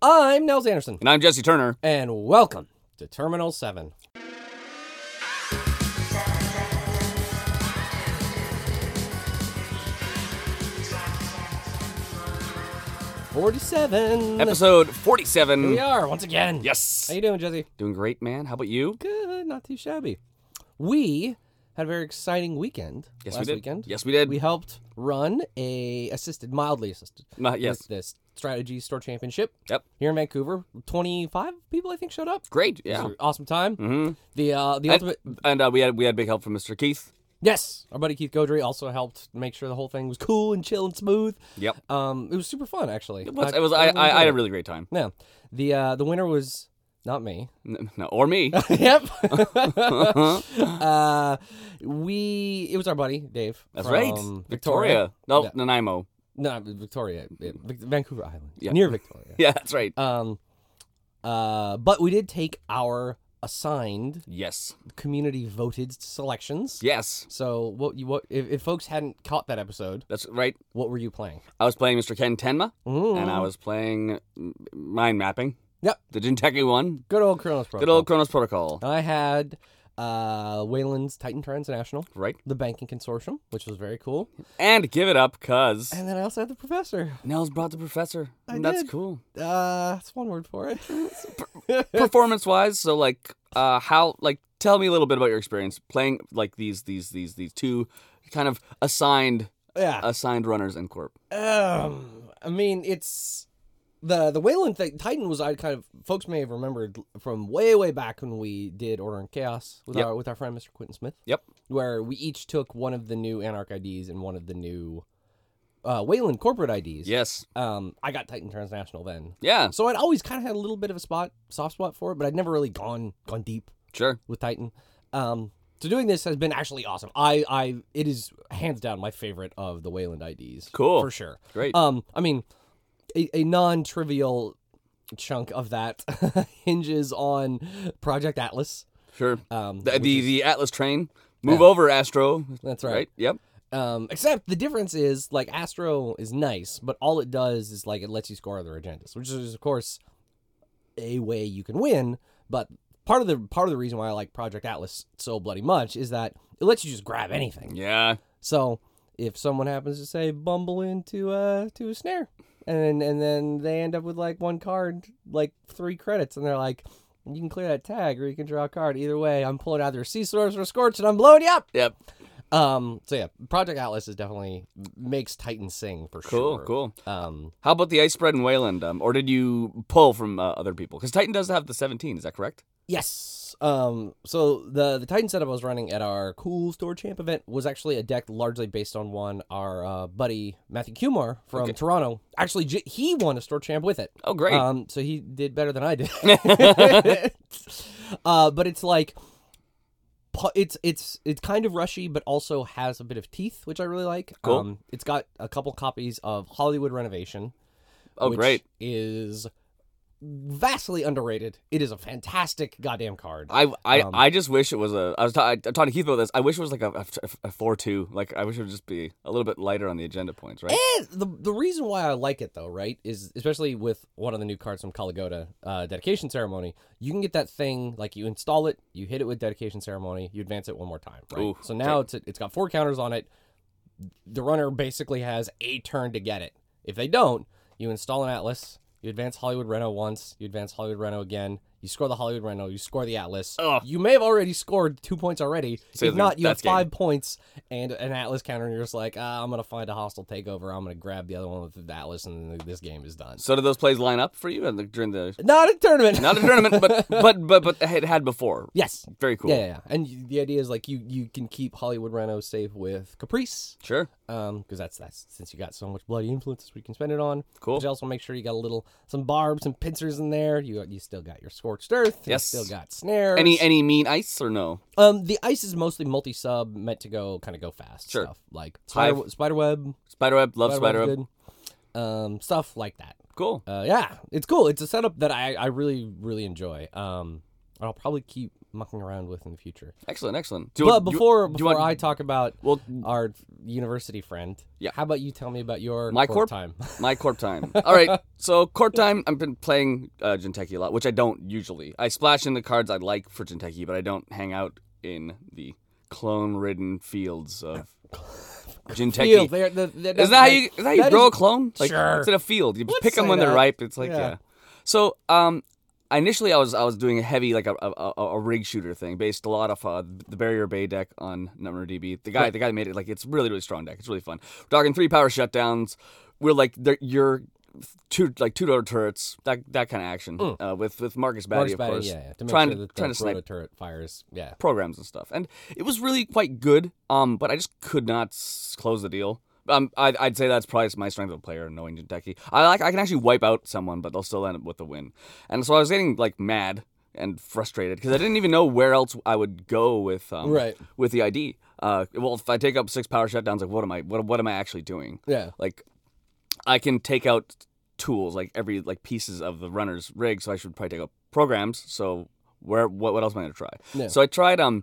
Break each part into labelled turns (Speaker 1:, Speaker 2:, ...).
Speaker 1: I'm Nels Anderson,
Speaker 2: And I'm Jesse Turner.
Speaker 1: and welcome to Terminal 7. Forty-seven.
Speaker 2: Episode 47.
Speaker 1: We are once again.
Speaker 2: Yes.
Speaker 1: How you doing, Jesse?
Speaker 2: Doing great, man. How about you?
Speaker 1: Good, not too shabby. We had a very exciting weekend
Speaker 2: Yes,
Speaker 1: last
Speaker 2: we did.
Speaker 1: weekend.
Speaker 2: Yes, we did.
Speaker 1: We helped run a assisted, mildly assisted,
Speaker 2: Uh, yes.
Speaker 1: with this strategy store championship
Speaker 2: Yep.
Speaker 1: here in Vancouver. Twenty-five people, I think, showed up.
Speaker 2: Great.
Speaker 1: It
Speaker 2: Yeah.
Speaker 1: was an awesome time.
Speaker 2: Mhm.
Speaker 1: The uh, the ultimate,
Speaker 2: And uh, we had we had big help from Mr. Keith.
Speaker 1: yes, our buddy Keith Godry also helped make sure the whole thing was cool and chill and smooth.
Speaker 2: Yep.
Speaker 1: Um, it was super fun actually.
Speaker 2: It was, it was- I, I, I had a really great time.
Speaker 1: yeah. The uh, the winner was not me.
Speaker 2: N- No, or me.
Speaker 1: yep.
Speaker 2: Uh-huh.
Speaker 1: uh, we it was our buddy Dave.
Speaker 2: That's
Speaker 1: from
Speaker 2: right. Victoria. No,
Speaker 1: Yeah.
Speaker 2: Nanaimo.
Speaker 1: No, Victoria, yeah, Vic- Vancouver Island,
Speaker 2: Yeah.
Speaker 1: near Victoria.
Speaker 2: Yeah, that's right.
Speaker 1: Um, uh, but we did take our assigned
Speaker 2: yes.
Speaker 1: community voted selections.
Speaker 2: Yes.
Speaker 1: So what you what if, if folks hadn't caught that episode,
Speaker 2: That's right.
Speaker 1: what were you playing?
Speaker 2: I was playing Mr. Ken Tenma,
Speaker 1: Mm.
Speaker 2: and I was playing mm, mind mapping.
Speaker 1: Yep.
Speaker 2: The Jinteki one.
Speaker 1: good old Chronos Pro.
Speaker 2: Good old Chronos Protocol.
Speaker 1: I had uh, Wayland's Titan Transnational,
Speaker 2: Right.
Speaker 1: the banking consortium, which was very cool,
Speaker 2: And give it up, cuz
Speaker 1: and then I also had the professor.
Speaker 2: Nels brought the professor.
Speaker 1: I
Speaker 2: and that's
Speaker 1: did.
Speaker 2: cool.
Speaker 1: Uh, that's one word for it.
Speaker 2: Performance wise, so like uh how like tell me a little bit about your experience playing like these these these these two kind of assigned
Speaker 1: yeah.
Speaker 2: assigned runners in Corp.
Speaker 1: Um, I mean, it's the the Wayland thing. Titan was I kind of folks may have remembered from way way back when we did Order and Chaos with
Speaker 2: Yep.
Speaker 1: our with our friend Mr. Quentin Smith.
Speaker 2: Yep.
Speaker 1: Where we each took one of the new Anarch IDs and one of the new uh, Wayland corporate IDs.
Speaker 2: Yes.
Speaker 1: Um, I got Titan Transnational then,
Speaker 2: Yeah,
Speaker 1: so I'd always kind of had a little bit of a spot soft spot for it, but I'd never really gone gone deep
Speaker 2: sure.
Speaker 1: with Titan. Um, so doing this has been actually awesome. I I it is hands down my favorite of the Wayland IDs.
Speaker 2: Cool.
Speaker 1: for sure.
Speaker 2: Great.
Speaker 1: Um, I mean, a, a non-trivial chunk of that hinges on Project Atlas.
Speaker 2: sure.
Speaker 1: Um,
Speaker 2: The
Speaker 1: which
Speaker 2: the,
Speaker 1: is-
Speaker 2: the Atlas train. Move over, Astro.
Speaker 1: that's right.
Speaker 2: Yep.
Speaker 1: Um, except the difference is like Astro is nice, but all it does is like it lets you score other agendas, which is of course a way you can win. But part of the part of the reason why I like Project Atlas so bloody much is that it lets you just grab anything.
Speaker 2: Yeah.
Speaker 1: So if someone happens to say bumble into a to a snare, and and then they end up with like one card, like three credits, and they're like, you can clear that tag or you can draw a card. Either way, I'm pulling out their sea source or scorch, and I'm blowing you up.
Speaker 2: Yep.
Speaker 1: Um. So yeah, Project Atlas is definitely makes Titan sing for
Speaker 2: Cool.
Speaker 1: sure.
Speaker 2: Cool.
Speaker 1: Um.
Speaker 2: How about the ice spread in Wayland? Um, or did you pull from uh, other people? Because Titan does have the 17. Is that correct?
Speaker 1: Yes. Um. So the the Titan setup I was running at our cool store champ event was actually a deck largely based on one our uh, buddy Matthew Kumar from
Speaker 2: Okay.
Speaker 1: Toronto. Actually, j- he won a store champ with it.
Speaker 2: Oh, great.
Speaker 1: Um, so he did better than I did. uh, but it's like pu- it's it's it's kind of rushy, but also has a bit of teeth, which I really like.
Speaker 2: Cool.
Speaker 1: Um, it's got a couple copies of Hollywood Renovation.
Speaker 2: oh,
Speaker 1: which
Speaker 2: great.
Speaker 1: Is vastly underrated. It is a fantastic goddamn card.
Speaker 2: I, I,
Speaker 1: um,
Speaker 2: I just wish it was a. I was ta- I- I'm talking to Keith about this. I wish it was like a, a, 4 2. Like, I wish it would just be a little bit lighter on the agenda points, right?
Speaker 1: Eh, the the reason why I like it though, right, is especially with one of the new cards from Kalagoda, uh, dedication ceremony. You can get that thing like you install it, you hit it with dedication ceremony, you advance it one more time. Right.
Speaker 2: Ooh,
Speaker 1: so now it's it's got four counters on it. The runner basically has a turn to get it. If they don't, you install an atlas. You advance Hollywood Reno once. You advance Hollywood Reno again. You score the Hollywood Reno. You score the Atlas.
Speaker 2: Ugh.
Speaker 1: You may have already scored two points already.
Speaker 2: So
Speaker 1: if
Speaker 2: then
Speaker 1: not, you have
Speaker 2: that's game.
Speaker 1: five points and an Atlas counter, and you're just like, ah, I'm gonna find a hostile takeover. I'm gonna grab the other one with the Atlas, and then this game is done.
Speaker 2: So, did those plays line up for you and, like, during the.
Speaker 1: Not a tournament.
Speaker 2: Not a tournament, but, but, but, but it had before.
Speaker 1: yes.
Speaker 2: Very cool.
Speaker 1: Yeah, yeah, yeah. And you, the idea is like you you can keep Hollywood Reno safe with Caprice,
Speaker 2: Sure.
Speaker 1: um, because that's that's since you got so much bloody influence, that's what you can spend it on.
Speaker 2: Cool.
Speaker 1: But you also make sure you got a little some barbs and pincers in there. You you still got your scorched earth.
Speaker 2: Yes.
Speaker 1: You still got snares.
Speaker 2: Any any mean ice or no?
Speaker 1: um, the ice is mostly multi sub, meant to go kind of go fast
Speaker 2: Sure.
Speaker 1: stuff like spider spiderweb.
Speaker 2: Spiderweb, love
Speaker 1: Spiderweb's
Speaker 2: Spiderweb.
Speaker 1: good. Um, stuff like that.
Speaker 2: Cool.
Speaker 1: Uh, yeah, it's cool. It's a setup that I, I really really enjoy. Um, I'll probably keep mucking around with in the future.
Speaker 2: Excellent, excellent. Do you
Speaker 1: but
Speaker 2: want- do you-
Speaker 1: before
Speaker 2: do you
Speaker 1: before
Speaker 2: want-
Speaker 1: I talk about
Speaker 2: well,
Speaker 1: our university friend,
Speaker 2: Yeah.
Speaker 1: how about you tell me about your
Speaker 2: My
Speaker 1: corp
Speaker 2: corp?
Speaker 1: time?
Speaker 2: my corp time. All right, so corp time. I've been playing uh, Jinteki a lot, which I don't usually. I splash in the cards I like for Jinteki, but I don't hang out in the clone-ridden fields of Jinteki.
Speaker 1: Field, they're- they're- they're not
Speaker 2: Is that how
Speaker 1: like-
Speaker 2: you, is that how you
Speaker 1: that
Speaker 2: grow
Speaker 1: is-
Speaker 2: a clone? Like,
Speaker 1: Sure.
Speaker 2: It's in a field. You
Speaker 1: Let's
Speaker 2: pick them
Speaker 1: say
Speaker 2: when they're
Speaker 1: that.
Speaker 2: ripe. It's like
Speaker 1: Yeah.
Speaker 2: yeah. So um, initially I was I was doing a heavy like a a, a, a rig shooter thing based a lot off uh, the Barrier Bay deck on DB. The guy the guy made it like it's really really strong deck. It's really fun. We're talking three power shutdowns. We're like they're- you're two like two door turrets that that kind of action uh, with with Marcus
Speaker 1: Mm. Marcus
Speaker 2: Batty of
Speaker 1: Batty,
Speaker 2: course
Speaker 1: yeah, yeah, to make
Speaker 2: trying
Speaker 1: sure
Speaker 2: to-
Speaker 1: that
Speaker 2: trying
Speaker 1: the
Speaker 2: to snipe.
Speaker 1: rotor turret fires. Yeah,
Speaker 2: programs and stuff. And it was really quite good, um, but I just could not s- close the deal. Um, I, I'd say that's probably my strength of a player, knowing Jinteki. I like I can actually wipe out someone, but they'll still end up with the win. And so I was getting like mad and frustrated because I didn't even know where else I would go with um,
Speaker 1: Right.
Speaker 2: with the ID. Uh, well, if I take up six power shutdowns, like what am I what what am I actually doing?
Speaker 1: yeah.
Speaker 2: Like I can take out tools, like every like pieces of the runner's rig, so I should probably take out programs. So where what, what else am I gonna try?
Speaker 1: Yeah.
Speaker 2: So I tried um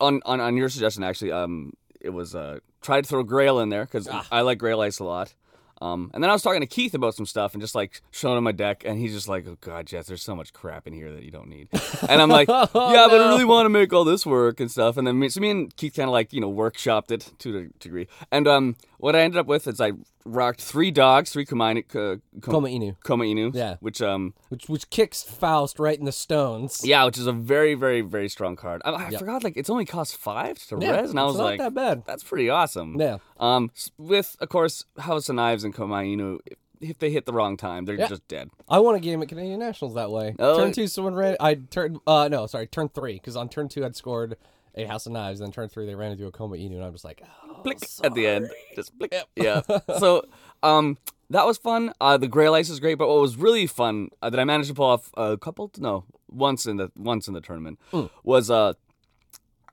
Speaker 2: on, on on your suggestion actually um it was uh try to throw Grail in there because I like Grail Ice a lot. Um, and then I was talking to Keith about some stuff and just like showing him my deck, and he's just like, "Oh God, Jess, there's so much crap in here that you don't need." And I'm like, "Yeah,
Speaker 1: Oh,
Speaker 2: but I really want to make all this work and stuff." And then me, so me and Keith kind of like you know workshopped it to a degree. And um, what I ended up with is I rocked three dogs, three Kumani, uh,
Speaker 1: Coma Inu,
Speaker 2: Koma Inu,
Speaker 1: Yeah.
Speaker 2: which um,
Speaker 1: which which kicks Faust right in the stones.
Speaker 2: yeah, which is a very, very, very strong card. I, I forgot like it's only cost five to
Speaker 1: Yeah,
Speaker 2: res, and I
Speaker 1: it's
Speaker 2: was
Speaker 1: not
Speaker 2: like,
Speaker 1: that bad.
Speaker 2: that's pretty awesome.
Speaker 1: Yeah.
Speaker 2: Um, s- with of course House of Knives and Komainu, if, if they hit the wrong time, they're just dead.
Speaker 1: I won a game at Canadian Nationals that way.
Speaker 2: Oh.
Speaker 1: Turn two, someone ran. I turned. Uh, no, sorry, turn three. Because on turn two, I'd scored a House of Knives. Then turn three, they ran into a Coma Inu, and I'm just like, oh,
Speaker 2: Blick at the end, just blick. Yeah. so, um, that was fun. Uh, the Grail Ice is great, but what was really fun uh, that I managed to pull off a couple, no, once in the once in the tournament
Speaker 1: Mm.
Speaker 2: was uh,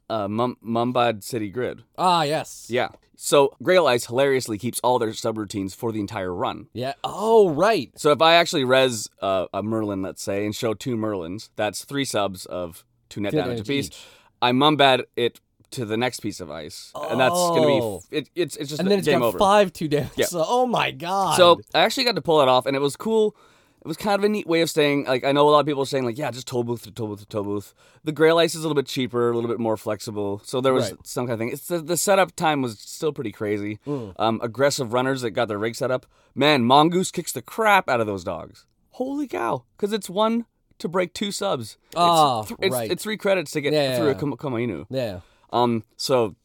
Speaker 2: uh, Mum- Mumbad City Grid.
Speaker 1: ah, yes,
Speaker 2: Yeah. So Grail Ice hilariously keeps all their subroutines for the entire run.
Speaker 1: yeah. Oh, right.
Speaker 2: So if I actually res uh, a Merlin, let's say, and show two Merlins, that's three subs of two net
Speaker 1: Two
Speaker 2: damage
Speaker 1: damage
Speaker 2: apiece.
Speaker 1: each.
Speaker 2: I mumbad it to the next piece of ice, and that's gonna be
Speaker 1: Oh.
Speaker 2: f- it, it's it's just
Speaker 1: And then it's
Speaker 2: game
Speaker 1: got
Speaker 2: over.
Speaker 1: five two damage.
Speaker 2: Yeah.
Speaker 1: So, oh my god.
Speaker 2: So I actually got to pull that off, and it was cool. It was kind of a neat way of saying, like, I know a lot of people are saying, like, yeah, just toll booth to toll booth to toll booth. The Grail Ice is a little bit cheaper, a little bit more flexible. So there was
Speaker 1: Right.
Speaker 2: some kind of thing. It's the, the setup time was still pretty crazy.
Speaker 1: Mm.
Speaker 2: Um, aggressive runners that got their rig set up. Man, Mongoose kicks the crap out of those dogs. Holy cow. Because it's one to break two subs. It's
Speaker 1: Ah,
Speaker 2: th- it's,
Speaker 1: right.
Speaker 2: it's three credits to get
Speaker 1: Yeah, yeah,
Speaker 2: through
Speaker 1: yeah.
Speaker 2: a Kom- Komainu.
Speaker 1: yeah,
Speaker 2: Um, so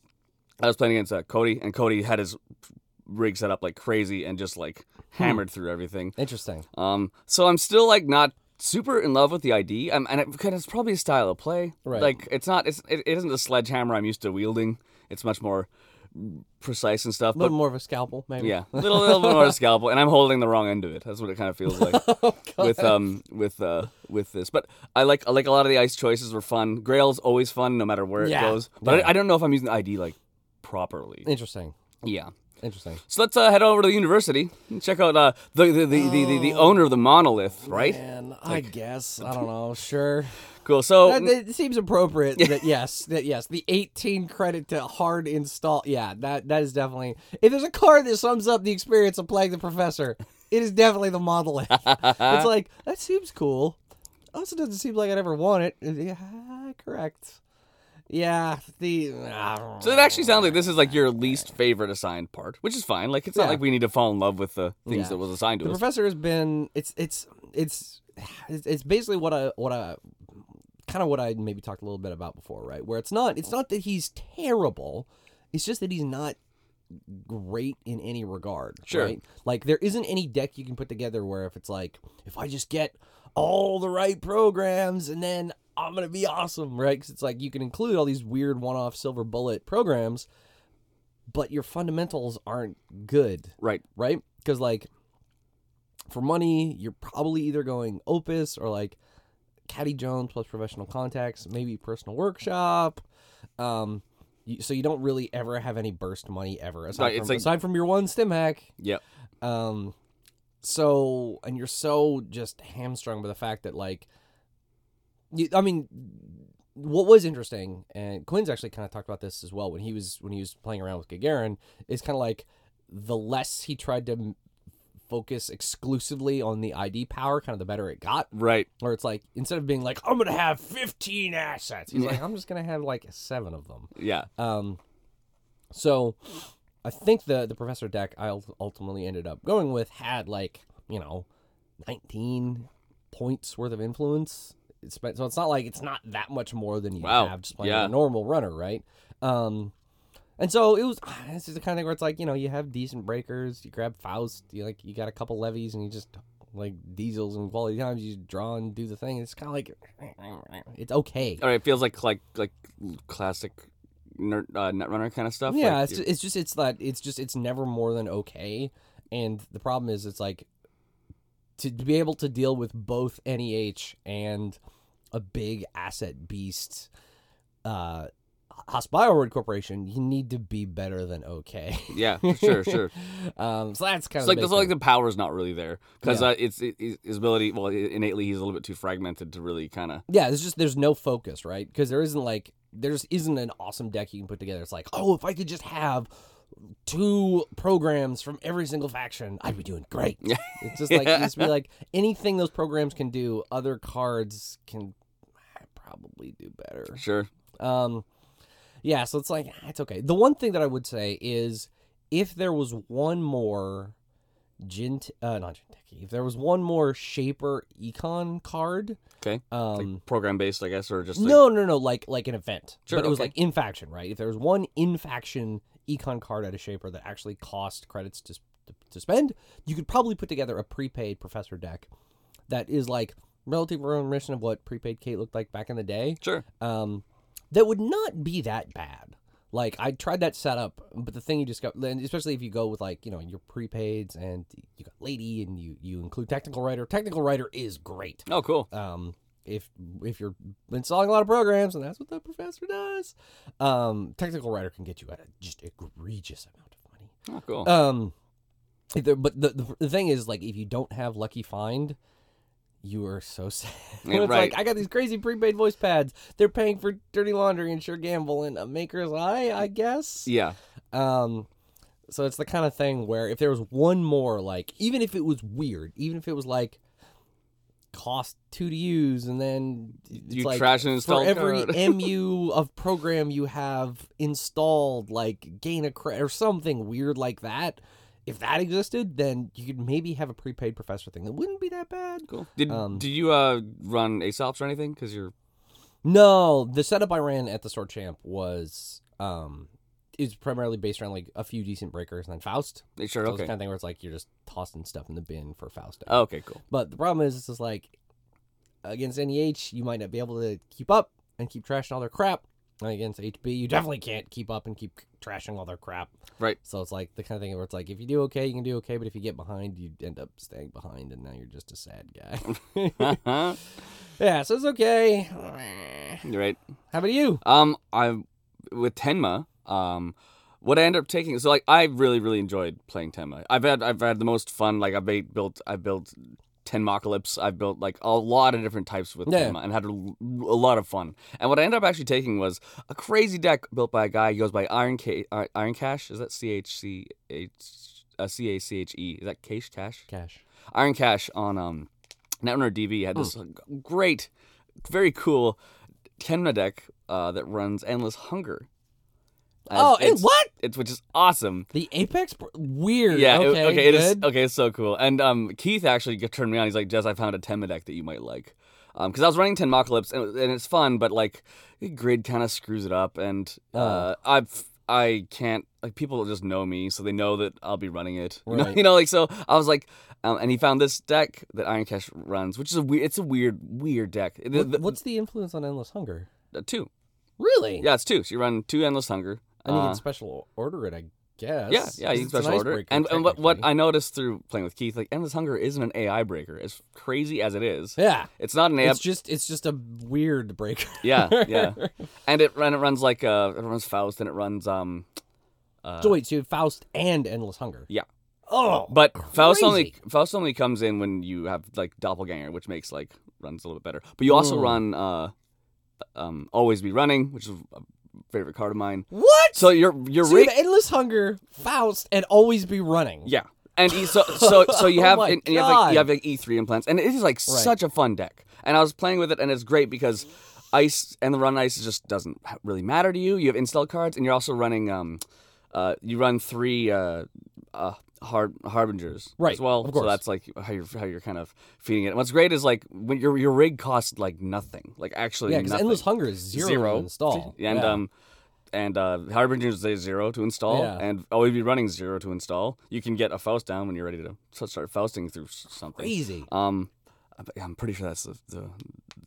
Speaker 2: I was playing against uh, Cody, and Cody had his rig set up like crazy and just like
Speaker 1: Hmm.
Speaker 2: hammered through everything.
Speaker 1: interesting.
Speaker 2: Um, so I'm still like not super in love with the ID, um, and it, because it's probably a style of play.
Speaker 1: Right.
Speaker 2: Like it's not it's it, it isn't the sledgehammer I'm used to wielding. It's much more precise and stuff.
Speaker 1: A
Speaker 2: But
Speaker 1: little more of a scalpel, maybe.
Speaker 2: yeah, little little bit more scalpel, and I'm holding the wrong end of it. That's what it kind of feels like
Speaker 1: Oh,
Speaker 2: with um with uh with this. But I like I like a lot of the ice choices were fun. Grail's always fun no matter where
Speaker 1: Yeah.
Speaker 2: it goes. But
Speaker 1: Yeah.
Speaker 2: I, I don't know if I'm using the ID like properly.
Speaker 1: Interesting.
Speaker 2: Yeah.
Speaker 1: Interesting.
Speaker 2: So let's uh, head over to the university and check out uh, the, the, the, the, the, the owner of the monolith, right?
Speaker 1: And I guess I don't know. Sure.
Speaker 2: Cool. So
Speaker 1: That, that seems appropriate. That yes, that yes, the 18 credit to hard install. Yeah, that that is definitely. If there's a card that sums up the experience of playing the professor, it is definitely the model. A. it's like that seems cool. Also, doesn't seem like I'd ever want it. Yeah, correct. Yeah, the. ah,
Speaker 2: So it actually sounds like this is like your least favorite assigned part, which is fine. Like it's
Speaker 1: Yeah.
Speaker 2: not like we need to fall in love with the things
Speaker 1: Yeah.
Speaker 2: that was assigned to
Speaker 1: the
Speaker 2: us.
Speaker 1: professor has been it's it's it's it's it's basically what I what I kind of what I maybe talked a little bit about before, right? Where it's not it's not that he's terrible, it's just that he's not great in any regard.
Speaker 2: Sure.
Speaker 1: Right? Like there isn't any deck you can put together where if it's like if I just get all the right programs and then I'm gonna be awesome, right? Because it's like you can include all these weird one-off silver bullet programs, but your fundamentals aren't good
Speaker 2: right.
Speaker 1: right? Because like for money, you're probably either going Opus or like Caddy Jones plus professional contacts, maybe personal workshop. Um, you, so you don't really ever have any burst money ever aside,
Speaker 2: Right,
Speaker 1: from,
Speaker 2: it's like-
Speaker 1: aside from your one stim hack.
Speaker 2: Yep.
Speaker 1: Um, so and you're so just hamstrung by the fact that like you- I mean, what was interesting, and Quinn's actually kind of talked about this as well when he was when he was playing around with Gagarin, is kind of like the less he tried to m- focus exclusively on the ID power, kind of the better it got.
Speaker 2: Right.
Speaker 1: Where it's like instead of being like I'm gonna have 15 assets, he's
Speaker 2: Yeah.
Speaker 1: like I'm just gonna have like seven of them.
Speaker 2: Yeah.
Speaker 1: Um, so I think the the professor deck I ul- ultimately ended up going with had like you know 19 points worth of influence. It's been- so it's not like it's not that much more than you
Speaker 2: Wow.
Speaker 1: have just playing
Speaker 2: Yeah.
Speaker 1: a normal runner, right? Um, and so it was. This is the kind of thing where it's like you know you have decent breakers, you grab Faust, you like you got a couple levies, and you just like diesels and quality times you draw and do the thing. It's kind of like it's okay.
Speaker 2: All right. It feels like like like classic nerd, uh, netrunner kind of stuff.
Speaker 1: Yeah,
Speaker 2: Like,
Speaker 1: it's, ju- it's just it's that it's just it's never more than okay. And the problem is it's like to, to be able to deal with both NEH and a big asset beast uh Haas Bioward Corporation, you need to be better than okay.
Speaker 2: yeah. Sure. Sure.
Speaker 1: um so that's kind
Speaker 2: It's
Speaker 1: of
Speaker 2: like
Speaker 1: the
Speaker 2: that's
Speaker 1: big
Speaker 2: like the power's not really there because
Speaker 1: Yeah.
Speaker 2: uh, it's it, it- his ability. Well, innately he's a little bit too fragmented to really kind of.
Speaker 1: Yeah, there's just there's no focus, right? Because there isn't like there's isn't an awesome deck you can put together. It's like, oh, if I could just have two programs from every single faction, I'd be doing great.
Speaker 2: Yeah.
Speaker 1: It's just like it's be like anything those programs can do, other cards can probably do better.
Speaker 2: Sure.
Speaker 1: Um, yeah, so it's like ah, it's okay. The one thing that I would say is if there was one more Jin, uh, not Jinteki, if there was one more Shaper Econ card,
Speaker 2: Okay.
Speaker 1: um,
Speaker 2: Program based, I guess, or just like,
Speaker 1: no, no, no, like like an event.
Speaker 2: Sure,
Speaker 1: but it was
Speaker 2: okay.
Speaker 1: like in faction, right? If there was one in faction econ card out of Shaper that actually cost credits to, to to spend, you could probably put together a prepaid professor deck that is like relative rendition of what prepaid Kate looked like back in the day.
Speaker 2: Sure.
Speaker 1: Um, that would not be that bad. Like I tried that setup, but the thing you just got, and especially if you go with like you know your prepaids and you got lady and you you include technical writer. Technical writer is great
Speaker 2: Oh, cool.
Speaker 1: um, if if you're installing a lot of programs, and that's what the professor does, um, technical writer can get you at a just egregious amount of money.
Speaker 2: Oh, cool.
Speaker 1: Um, if there- but the, the the thing is, like, if you don't have lucky find, you are so sad.
Speaker 2: Yeah,
Speaker 1: it's
Speaker 2: right.
Speaker 1: like I got these crazy prepaid voice pads. They're paying for dirty laundry and sure gamble and a maker's eye, I guess.
Speaker 2: yeah.
Speaker 1: Um, so it's the kind of thing where if there was one more, like, even if it was weird, even if it was like cost two to use, and then it's
Speaker 2: You
Speaker 1: like
Speaker 2: trash and install
Speaker 1: for every
Speaker 2: code.
Speaker 1: MU of program you have installed, like gain a credit or something weird like that. If that existed, then you could maybe have a prepaid professor thing that wouldn't be that bad.
Speaker 2: Cool. Did
Speaker 1: Um,
Speaker 2: did you uh run ASOPs or anything? Because you're
Speaker 1: No, the setup I ran at the store champ was um is primarily based around like a few decent breakers and then Faust.
Speaker 2: sure
Speaker 1: So
Speaker 2: okay.
Speaker 1: it's the kind of thing where it's like you're just tossing stuff in the bin for Fausto.
Speaker 2: Oh, okay, cool.
Speaker 1: But the problem is, it's just like against NEH, you might not be able to keep up and keep trashing all their crap. And against HB, you definitely can't keep up and keep trashing all their crap.
Speaker 2: Right.
Speaker 1: So it's like the kind of thing where it's like if you do okay, you can do okay, but if you get behind, you end up staying behind, and now you're just a sad guy.
Speaker 2: you're
Speaker 1: yeah, so it's okay.
Speaker 2: Uh-huh. right.
Speaker 1: How about you?
Speaker 2: Um, I with Tenma. Um, what I ended up taking. So like, I really really enjoyed playing Tenma. I've had I've had the most fun. Like I've made, built I've built Tenmacalypse. I've built like a lot of different types with
Speaker 1: Yeah.
Speaker 2: Tenma and had a, l- a lot of fun. And what I ended up actually taking was a crazy deck built by a guy. He goes by Iron Ca- Ir- Iron Cash. Is that C H C H uh, C A C H E? Is that Cash Cash?
Speaker 1: Cash.
Speaker 2: Iron Cash on um, Netrunner DB had
Speaker 1: Hmm.
Speaker 2: this uh, great, very cool Tenma deck uh, that runs Endless Hunger. As
Speaker 1: oh, and
Speaker 2: Uh, it's,
Speaker 1: what?
Speaker 2: It's which is awesome.
Speaker 1: The Apex? Br- Weird.
Speaker 2: Yeah, it-
Speaker 1: Okay.
Speaker 2: okay, it
Speaker 1: good.
Speaker 2: is okay. It's so cool. And um, Keith actually g- turned me on. He's like, "Jez, I found a Tenma deck that you might like." Um, because I was running Tenmacalypse and, it was- and it's fun, but like the grid kind of screws it up, and
Speaker 1: Oh.
Speaker 2: uh, I've I can't like people just know me, so they know that I'll be running it. You know-
Speaker 1: Right.
Speaker 2: you know, like so I was like, um, and he found this deck that Iron Cash runs, which is a weird. It's a weird, weird deck. The-
Speaker 1: What-
Speaker 2: the-
Speaker 1: what's the influence on Endless Hunger?
Speaker 2: uh, two?
Speaker 1: Really?
Speaker 2: Yeah, it's two. So you run two endless hunger.
Speaker 1: And you
Speaker 2: Uh,
Speaker 1: can special order it, I guess.
Speaker 2: Yeah, yeah, you can
Speaker 1: It's an
Speaker 2: special order.
Speaker 1: icebreaker,
Speaker 2: And, and what, what
Speaker 1: technically.
Speaker 2: I noticed through playing with Keith, like Endless Hunger isn't an AI breaker. As crazy as it is,
Speaker 1: Yeah.
Speaker 2: it's not an AI.
Speaker 1: It's just it's just a weird breaker.
Speaker 2: yeah, yeah. And it and it runs like uh, it runs Faust and it runs um. Uh,
Speaker 1: so wait, so you have Faust and Endless Hunger.
Speaker 2: Yeah.
Speaker 1: Oh,
Speaker 2: But Faust only
Speaker 1: Crazy.
Speaker 2: Faust only comes in when you have like doppelganger, which makes like runs a little bit better. But you also
Speaker 1: Mm.
Speaker 2: run uh, um, always be running, which is a favorite card of mine.
Speaker 1: what?
Speaker 2: So you're you're
Speaker 1: So you have endless hunger, Faust, and always be running.
Speaker 2: yeah, and e- so so so you
Speaker 1: Oh
Speaker 2: have
Speaker 1: my
Speaker 2: and, and you have like,
Speaker 1: God.
Speaker 2: you have like E three implants, and it is like such a fun deck. And I was playing with it, and it's great because ice and the run ice just doesn't really matter to you. You have install cards, and you're also running um, uh, you run three uh, uh har- harbingers
Speaker 1: Right,
Speaker 2: as well.
Speaker 1: of
Speaker 2: So
Speaker 1: course.
Speaker 2: that's like how you're how you're kind of feeding it. And what's great is like when your your rig costs like nothing, like actually
Speaker 1: yeah, because
Speaker 2: nothing.
Speaker 1: endless hunger is zero, to install.
Speaker 2: And um and uh Harbinger's Day zero to install
Speaker 1: Yeah.
Speaker 2: and always be running zero to install. You can get a Faust down when you're ready to s- start Fausting through s- something.
Speaker 1: crazy.
Speaker 2: Um I- I'm pretty sure that's the the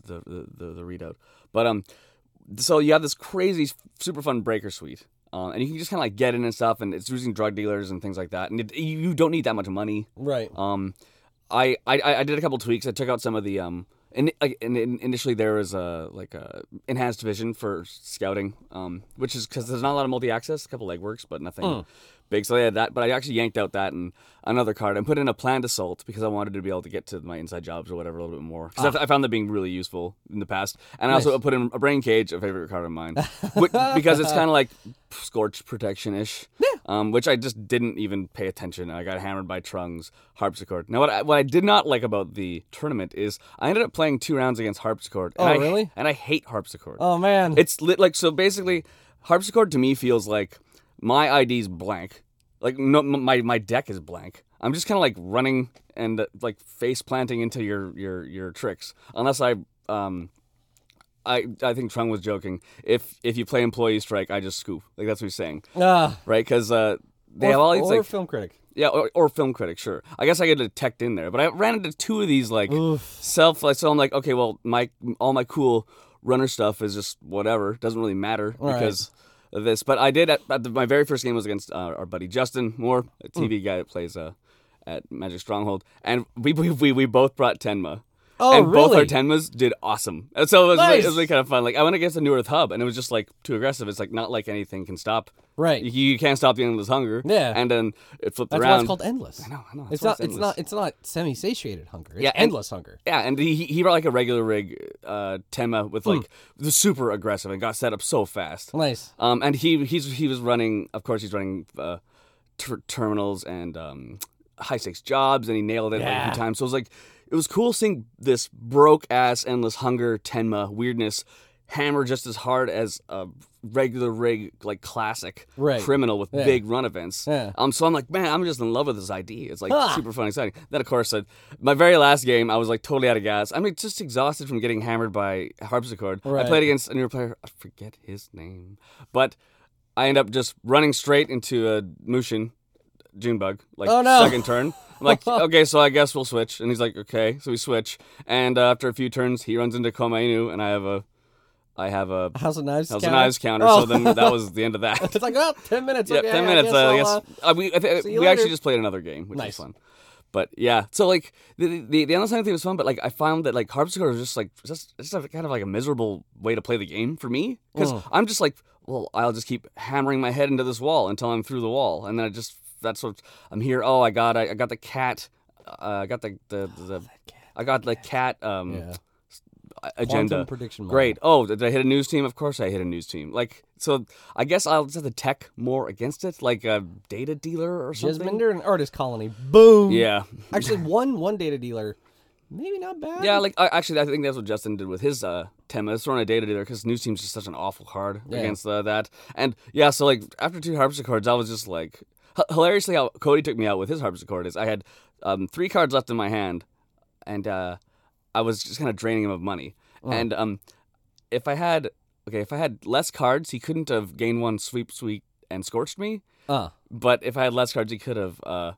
Speaker 2: the, the, the, the readout. But um so you have this crazy s- super fun breaker suite. Um, and you can just kind of like get in and stuff, and it's using drug dealers and things like that. And it, you you don't need that much money.
Speaker 1: Right.
Speaker 2: Um, I, I I did a couple tweaks. I took out some of the um. In, like, in, in, initially, there was a like a enhanced vision for scouting, um, which is because there's not a lot of multi-access, a couple legworks, but nothing big. So I had that, but I actually yanked out that and another card and put in a planned assault because I wanted to be able to get to my inside jobs or whatever a little bit more. Because I, found that being really useful in the past, and I also put in a brain cage, a favorite card of mine, which, because it's kind of like scorch protection ish. Um, which I just didn't even pay attention. I got hammered by Trung's harpsichord. Now, what I, what I did not like about the tournament is I ended up playing two rounds against harpsichord. And
Speaker 1: Oh,
Speaker 2: I,
Speaker 1: really?
Speaker 2: And I hate harpsichord.
Speaker 1: Oh man.
Speaker 2: It's lit like so. Basically, harpsichord to me feels like my ID's blank. Like no, m- my my deck is blank. I'm just kind of like running and uh, like face planting into your your your tricks, unless I um. I, I think Trung was joking. If if you play employee strike, I just scoop. Like that's what he's saying
Speaker 1: Ah,
Speaker 2: right? Because uh, they
Speaker 1: or,
Speaker 2: have all these
Speaker 1: or
Speaker 2: like
Speaker 1: film critic.
Speaker 2: yeah, or, or film critic, sure. I guess I could have teched in there, but I ran into two of these like
Speaker 1: Oof.
Speaker 2: self. Like, so I'm like, okay, well, my all my cool runner stuff is just whatever. Doesn't really matter
Speaker 1: All right.
Speaker 2: because of this. But I did at, at the, my very first game was against uh, our buddy Justin Moore, a
Speaker 1: Mm.
Speaker 2: TV guy that plays uh, at Magic Stronghold, and we we we, we both brought Tenma.
Speaker 1: Oh,
Speaker 2: and both our
Speaker 1: really?
Speaker 2: Tenmas did awesome. And so it was, really- it
Speaker 1: Nice.
Speaker 2: was really kind of fun. Like I went against the New Earth Hub, and it was just like too aggressive. It's like not like anything can stop
Speaker 1: Right.
Speaker 2: you, you can't stop the endless hunger.
Speaker 1: Yeah.
Speaker 2: And then it flipped
Speaker 1: That's
Speaker 2: around.
Speaker 1: why it's called endless.
Speaker 2: I know, I know. That's
Speaker 1: It's
Speaker 2: why
Speaker 1: not. It's
Speaker 2: endless.
Speaker 1: not. It's not semi-satiated hunger. It's
Speaker 2: Yeah, and-
Speaker 1: endless hunger.
Speaker 2: Yeah, and he he- he brought like a regular rig, uh, Tema
Speaker 1: Hmm.
Speaker 2: with like the super aggressive and got set up so fast.
Speaker 1: Nice.
Speaker 2: Um, and he he's he was running. Of course, he's running uh, ter- terminals and um, high stakes jobs, and he nailed it like
Speaker 1: Yeah.
Speaker 2: a few times. So it was like it was cool seeing this broke ass endless hunger Tenma weirdness hammer just as hard as a regular rig like classic
Speaker 1: Right.
Speaker 2: criminal with big run events.
Speaker 1: Yeah.
Speaker 2: Um, so I'm like, man, I'm just in love with this idea. It's like
Speaker 1: Ah.
Speaker 2: super fun, exciting. Then of course, uh, my very last game, I was like totally out of gas. I mean, just exhausted from getting hammered by harpsichord. I
Speaker 1: Right.
Speaker 2: played against a new player. I forget his name, but I end up just running straight into a Mushin, Junebug, like
Speaker 1: Oh, no.
Speaker 2: second turn. I'm like, okay, so I guess we'll switch. And he's like, okay, so we switch. And uh, after a few turns, he runs into Koma Inu, and I have a, I have a,
Speaker 1: House of Knives.
Speaker 2: that was an
Speaker 1: counter?
Speaker 2: eyes counter.
Speaker 1: Oh.
Speaker 2: So then that was the end of that.
Speaker 1: it's like oh, 10 minutes.
Speaker 2: Yeah,
Speaker 1: okay,
Speaker 2: ten
Speaker 1: I
Speaker 2: minutes.
Speaker 1: guess
Speaker 2: uh, I
Speaker 1: I'll,
Speaker 2: guess
Speaker 1: uh,
Speaker 2: uh, we I thi-
Speaker 1: see
Speaker 2: we
Speaker 1: you
Speaker 2: actually
Speaker 1: later.
Speaker 2: just played another game, which
Speaker 1: Nice.
Speaker 2: was fun. But yeah, so like the the, the endless Hunger thing was fun, but like I found that like harpsichord was just like just just a, kind of like a miserable way to play the game for me because
Speaker 1: Oh.
Speaker 2: I'm just like well I'll just keep hammering my head into this wall until I'm through the wall, and then I just that's what I'm here. Oh, I got I, I got the cat, uh, I got the the, the I got the cat um
Speaker 1: yeah.
Speaker 2: agenda
Speaker 1: Quantum prediction. model.
Speaker 2: Great. Oh, did I hit a news team? Of course I hit a news team. Like, so I guess I'll just have to tech more against it, like a data dealer or something.
Speaker 1: Jesminder and Artist Colony. Boom.
Speaker 2: Yeah.
Speaker 1: Actually, one one data dealer. Maybe not bad.
Speaker 2: Yeah, like I, actually, I think that's what Justin did with his uh, Tema. It's throwing a data dealer because news team's just such an awful card against uh, that. And yeah, so like after two harpsichords, I was just like, h- hilariously, how Cody took me out with his harpsichord is I had um, three cards left in my hand, and uh, I was just kind of draining him of money. And um, if I had okay, if I had less cards, he couldn't have gained one sweep sweep and scorched me.
Speaker 1: Uh,
Speaker 2: But if I had less cards, he could have uh,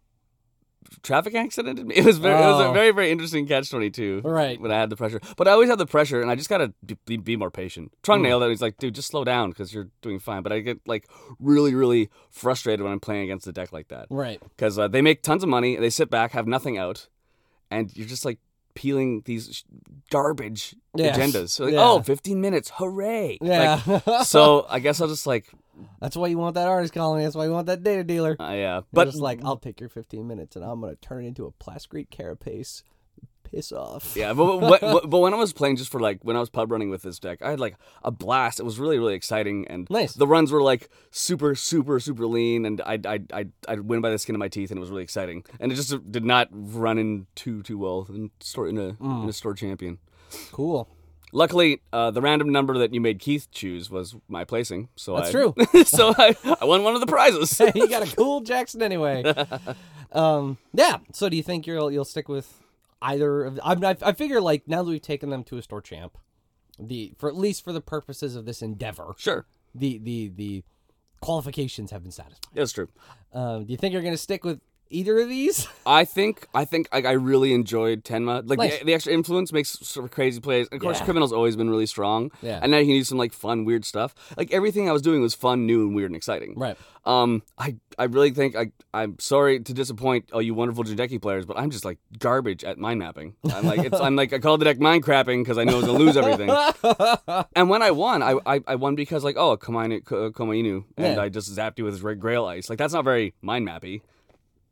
Speaker 2: traffic accidented me. It was very, it was a
Speaker 1: Oh.
Speaker 2: very, very interesting catch twenty two.
Speaker 1: Right.
Speaker 2: When I had the pressure, but I always had the pressure, and I just gotta be, be, be more patient.
Speaker 1: Hmm.
Speaker 2: Trung nailed it. He's like, dude, just slow down because you're doing fine. But I get like really, really frustrated when I'm playing against a deck like that
Speaker 1: right.
Speaker 2: because uh, they make tons of money. They sit back, have nothing out, and you're just like peeling these sh- garbage
Speaker 1: Yeah.
Speaker 2: agendas. So, like,
Speaker 1: Yeah.
Speaker 2: oh, 15 minutes, hooray! Like,
Speaker 1: Yeah.
Speaker 2: so I guess I'll just like
Speaker 1: That's why you want that artist colony. That's why you want that data dealer.
Speaker 2: Uh, yeah,
Speaker 1: But
Speaker 2: but
Speaker 1: just like, I'll take your 15 minutes and I'm gonna turn it into a plastic carapace. Piss off.
Speaker 2: yeah, but, but, but but when I was playing, just for like when I was pub running with this deck, I had like a blast. It was really really exciting, and
Speaker 1: Nice.
Speaker 2: the runs were like super super super lean, and I I I I win by the skin of my teeth, and it was really exciting. And it just did not run in too too well in store in a
Speaker 1: Mm.
Speaker 2: in a store champion.
Speaker 1: Cool.
Speaker 2: Luckily, uh, the random number that you made Keith choose was my placing, so
Speaker 1: That's
Speaker 2: I,
Speaker 1: true.
Speaker 2: so I, I won one of the prizes.
Speaker 1: he got a cool Jackson anyway. um, yeah. So do you think you'll you'll stick with either of? I, mean, I I figure like now that we've taken them to a store champ, the for at least for the purposes of this endeavor,
Speaker 2: sure,
Speaker 1: the the the qualifications have been satisfied.
Speaker 2: that's true.
Speaker 1: Um, do you think you're gonna stick with either of these?
Speaker 2: I think I think I, I really enjoyed Tenma. Like
Speaker 1: Nice.
Speaker 2: the, the extra influence makes sort of crazy plays. And of course,
Speaker 1: Yeah.
Speaker 2: Criminal's always been really strong.
Speaker 1: Yeah.
Speaker 2: And now you can do some like fun, weird stuff. Like everything I was doing was fun, new, and weird and exciting.
Speaker 1: Right.
Speaker 2: Um. I I really think I I'm sorry to disappoint all you wonderful Jadeki players, but I'm just like garbage at mind mapping. I'm like it's, I'm like I called the deck mind crapping because I know I was gonna lose everything. And when I won, I I, I won because like oh Komainu, Ko- Komainu and
Speaker 1: Yeah.
Speaker 2: I just zapped you with his red grail ice. Like that's not very mind mappy.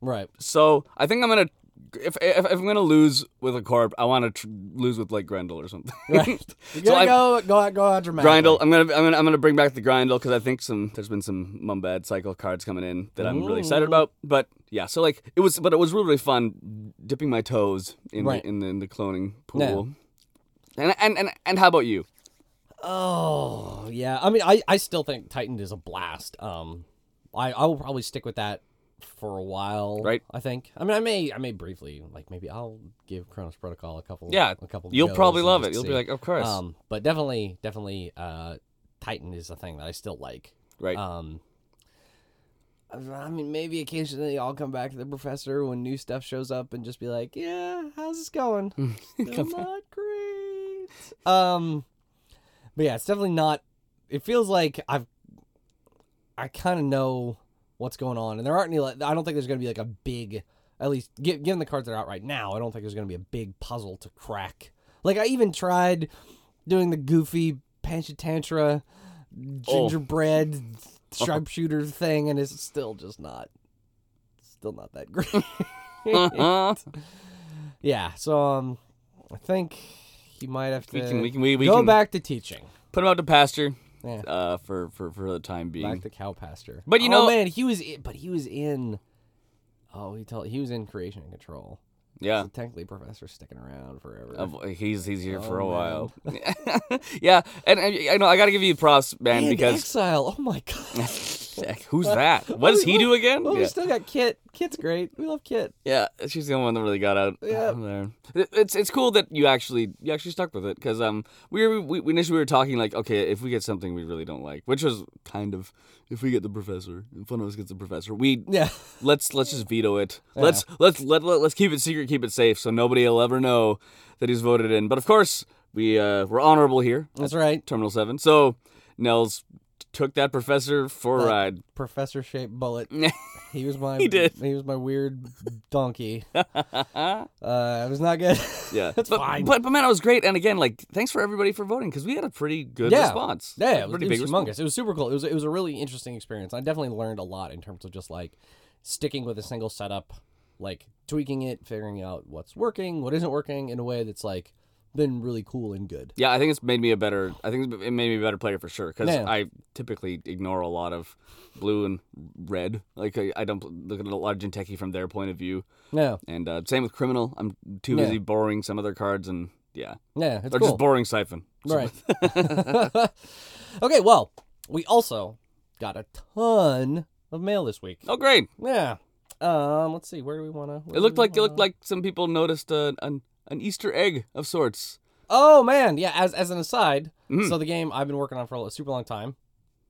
Speaker 1: right.
Speaker 2: So I think I'm gonna if if, if I'm gonna lose with a corp, I want to tr- lose with like Grendel or something.
Speaker 1: Right.
Speaker 2: so
Speaker 1: You gotta
Speaker 2: I'm,
Speaker 1: go go out go out dramatically.
Speaker 2: Grindel, I'm gonna I'm gonna I'm gonna bring back the Grindel because I think some there's been some mum bad cycle cards coming in that I'm really excited about. But yeah, so like it was, but it was really really fun dipping my toes in
Speaker 1: Right.
Speaker 2: the, in the in the cloning
Speaker 1: Yeah.
Speaker 2: pool. And, and and and how about you?
Speaker 1: Oh yeah, I mean, I, I still think Titan is a blast. Um, I I will probably stick with that for a while.
Speaker 2: Right.
Speaker 1: I think. I mean, I may I may briefly like maybe I'll give Chronos Protocol a couple.
Speaker 2: Yeah,
Speaker 1: a couple.
Speaker 2: You'll
Speaker 1: goes
Speaker 2: probably
Speaker 1: and
Speaker 2: love
Speaker 1: just
Speaker 2: it. You'll be
Speaker 1: see.
Speaker 2: like, "Oh, of course,
Speaker 1: Um, but definitely, definitely, uh, Titan is a thing that I still like.
Speaker 2: right?
Speaker 1: Um, I mean, maybe occasionally I'll come back to the professor when new stuff shows up and just be like, "Yeah, how's this going?" Still not great. Um, but yeah, it's definitely not. It feels like I've, I kind of know what's going on, and there aren't any. like, I don't think there's going to be like a big, at least gi- given the cards that are out right now. I don't think there's going to be a big puzzle to crack. Like I even tried doing the goofy Panchatantra gingerbread
Speaker 2: Oh.
Speaker 1: sharpshooter thing, and it's still just not, still not that great. yeah, so um, I think he might have to
Speaker 2: we can we can we, we
Speaker 1: go
Speaker 2: can
Speaker 1: back to teaching,
Speaker 2: put him out to pasture
Speaker 1: Yeah.
Speaker 2: uh, for for for the time being.
Speaker 1: back to cow pasture.
Speaker 2: But you
Speaker 1: Oh,
Speaker 2: know-
Speaker 1: man, he was, in, but he was in. Oh, he told he was in creation and control.
Speaker 2: yeah.
Speaker 1: So technically, professor's sticking around forever.
Speaker 2: Of- he's he's here for a
Speaker 1: Oh,
Speaker 2: while. yeah, and, and I know I got to give you props, man,
Speaker 1: And
Speaker 2: because
Speaker 1: exile. Oh my god.
Speaker 2: Heck, who's that? What does
Speaker 1: we-
Speaker 2: he do again?
Speaker 1: Well, we
Speaker 2: yeah.
Speaker 1: still got Kit. Kit's great. We love Kit.
Speaker 2: yeah, she's the only one that really got out.
Speaker 1: Yeah.
Speaker 2: there. It- It's it's cool that you actually you actually stuck with it because um we were we, we initially we were talking like okay if we get something we really don't like which was kind of if we get the professor if one of us gets the professor we
Speaker 1: Yeah.
Speaker 2: let's let's just veto it. Let's let's let, let let's keep it secret, keep it safe, so nobody'll ever know that he's voted in. But of course, we uh, we're honorable here,
Speaker 1: That's right.
Speaker 2: Terminal Seven. So Nels took that professor for a ride.
Speaker 1: Professor shaped bullet. He was my
Speaker 2: He did.
Speaker 1: he was my weird donkey. uh, it was not good.
Speaker 2: Yeah,
Speaker 1: That's
Speaker 2: but,
Speaker 1: fine.
Speaker 2: But but man, it was great. And again, like thanks for everybody for voting because we had a pretty good
Speaker 1: yeah.
Speaker 2: response.
Speaker 1: Yeah,
Speaker 2: a
Speaker 1: it was,
Speaker 2: pretty
Speaker 1: it was
Speaker 2: big
Speaker 1: humongous.
Speaker 2: response.
Speaker 1: It was super cool. It was it was a really interesting experience. I definitely learned a lot in terms of just like sticking with a single setup, like tweaking it, figuring out what's working, what isn't working in a way that's like been really cool and good.
Speaker 2: Yeah, I think it's made me a better. I think it made me a better player for sure because
Speaker 1: Yeah.
Speaker 2: I typically ignore a lot of blue and red. Like I, I don't look at a lot of Jinteki from their point of view.
Speaker 1: Yeah.
Speaker 2: And uh, same with criminal. I'm too
Speaker 1: Yeah.
Speaker 2: busy borrowing some other cards, and yeah,
Speaker 1: Yeah, it's
Speaker 2: or
Speaker 1: cool.
Speaker 2: just borrowing Siphon.
Speaker 1: Right. okay, well, we also got a ton of mail this week.
Speaker 2: Oh, great!
Speaker 1: Yeah. Um, let's see. Where do we want to?
Speaker 2: It looked like it looked like some people noticed uh, an an Easter egg of sorts.
Speaker 1: Oh man, yeah. As as an aside,
Speaker 2: Mhm.
Speaker 1: so the game I've been working on for a super long time,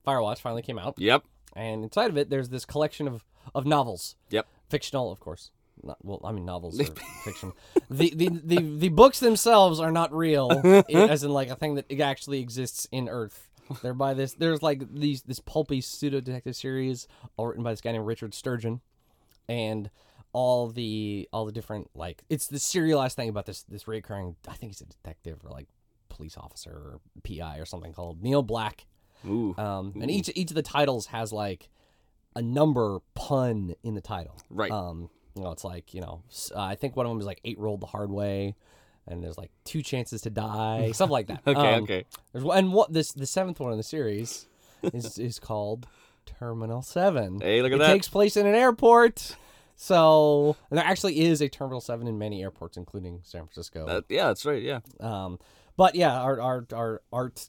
Speaker 1: Firewatch, finally came out,
Speaker 2: Yep.
Speaker 1: and inside of it, there's this collection of of novels.
Speaker 2: Yep.
Speaker 1: Fictional, of course. Not, well, I mean, novels are fiction. The, the the the books themselves are not real, i- as in like a thing that actually exists in Earth. They're by this. There's like these this pulpy pseudo detective series, all written by this guy named Richard Sturgeon, and all the all the different like it's the serialized thing about this this recurring. I think he's a detective or like police officer or PI or something called Neil Black,
Speaker 2: Ooh.
Speaker 1: Um, and each each of the titles has like a number pun in the title.
Speaker 2: Right.
Speaker 1: Um, you know, it's like you know, s- uh, I think one of them is like eight rolled the hard way, and there's like two chances to die, stuff like that.
Speaker 2: Okay,
Speaker 1: Um,
Speaker 2: okay.
Speaker 1: There's one, and what this the seventh one in the series is is called Terminal Seven.
Speaker 2: Hey, look at
Speaker 1: it
Speaker 2: that.
Speaker 1: takes place in an airport. So and there actually is a Terminal Seven in many airports, including San Francisco.
Speaker 2: That- yeah, that's right. Yeah.
Speaker 1: Um, but yeah, our our our art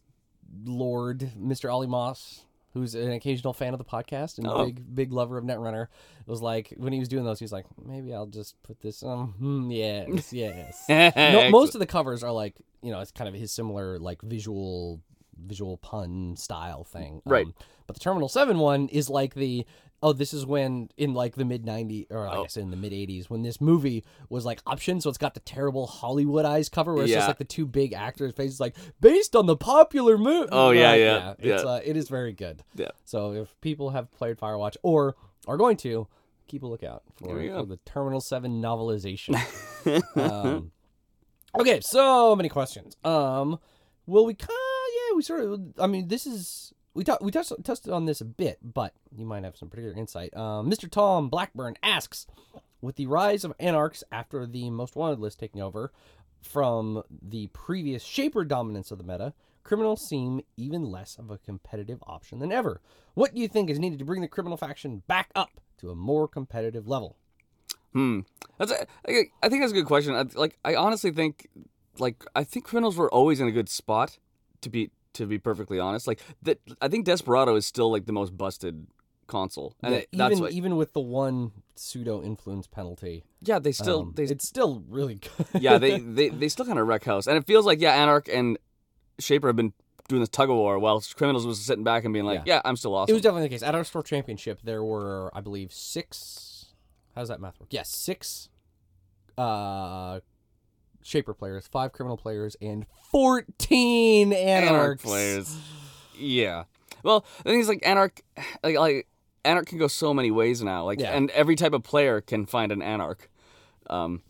Speaker 1: lord, Mr. Ollie Moss, who's an occasional fan of the podcast and
Speaker 2: Oh.
Speaker 1: big big lover of Netrunner, was like when he was doing those, he was like, maybe I'll just put this. Um, hmm, yes, yes. no,
Speaker 2: Eh, Excellent.
Speaker 1: most of the covers are like you know it's kind of his similar like visual visual pun style thing Um,
Speaker 2: Right.
Speaker 1: but the terminal 7 one is like the oh this is when in like the mid 90s or
Speaker 2: Oh.
Speaker 1: i guess in the mid 80s when this movie was like option so it's got the terrible hollywood eyes cover where it's
Speaker 2: Yeah.
Speaker 1: just like the two big actors faces like based on the popular movie
Speaker 2: Oh, yeah, yeah,
Speaker 1: it's
Speaker 2: yeah.
Speaker 1: uh it is very good
Speaker 2: Yeah.
Speaker 1: so if people have played firewatch or are going to keep a lookout for,
Speaker 2: There you go.
Speaker 1: for the terminal 7 novelization um, okay, so many questions. Um, well, we kind, yeah, we sort of. I mean, this is we talked we touched touched on this a bit, but you might have some particular insight. Um, Mr. Tom Blackburn asks, with the rise of anarchs after the most wanted list taking over from the previous shaper dominance of the meta. Criminals seem even less of a competitive option than ever. What do you think is needed to bring the criminal faction back up to a more competitive level?
Speaker 2: Hmm. That's a, I I think that's a good question. I, like I honestly think like I think criminals were always in a good spot to be to be perfectly honest. Like that I think Desperado is still like the most busted console. And
Speaker 1: Yeah,
Speaker 2: it- that's
Speaker 1: even
Speaker 2: what
Speaker 1: even with the one pseudo influence penalty,
Speaker 2: Yeah, they still
Speaker 1: um,
Speaker 2: they
Speaker 1: it's still really good.
Speaker 2: yeah, they, they they still kind of wreck house. And it feels like yeah, Anarch and Shaper have been doing this tug of war while criminals was sitting back and being like, Yeah, I'm still
Speaker 1: it
Speaker 2: awesome.
Speaker 1: was definitely the case. At our store championship, there were I believe six. How does that math work? Yes, six. Uh, shaper players, five criminal players, and fourteen anarchs.
Speaker 2: Anarch players. Yeah. Well, the thing is, like Anarch, like, like Anarch can go so many ways now. Like,
Speaker 1: Yeah.
Speaker 2: and every type of player can find an Anarch, um,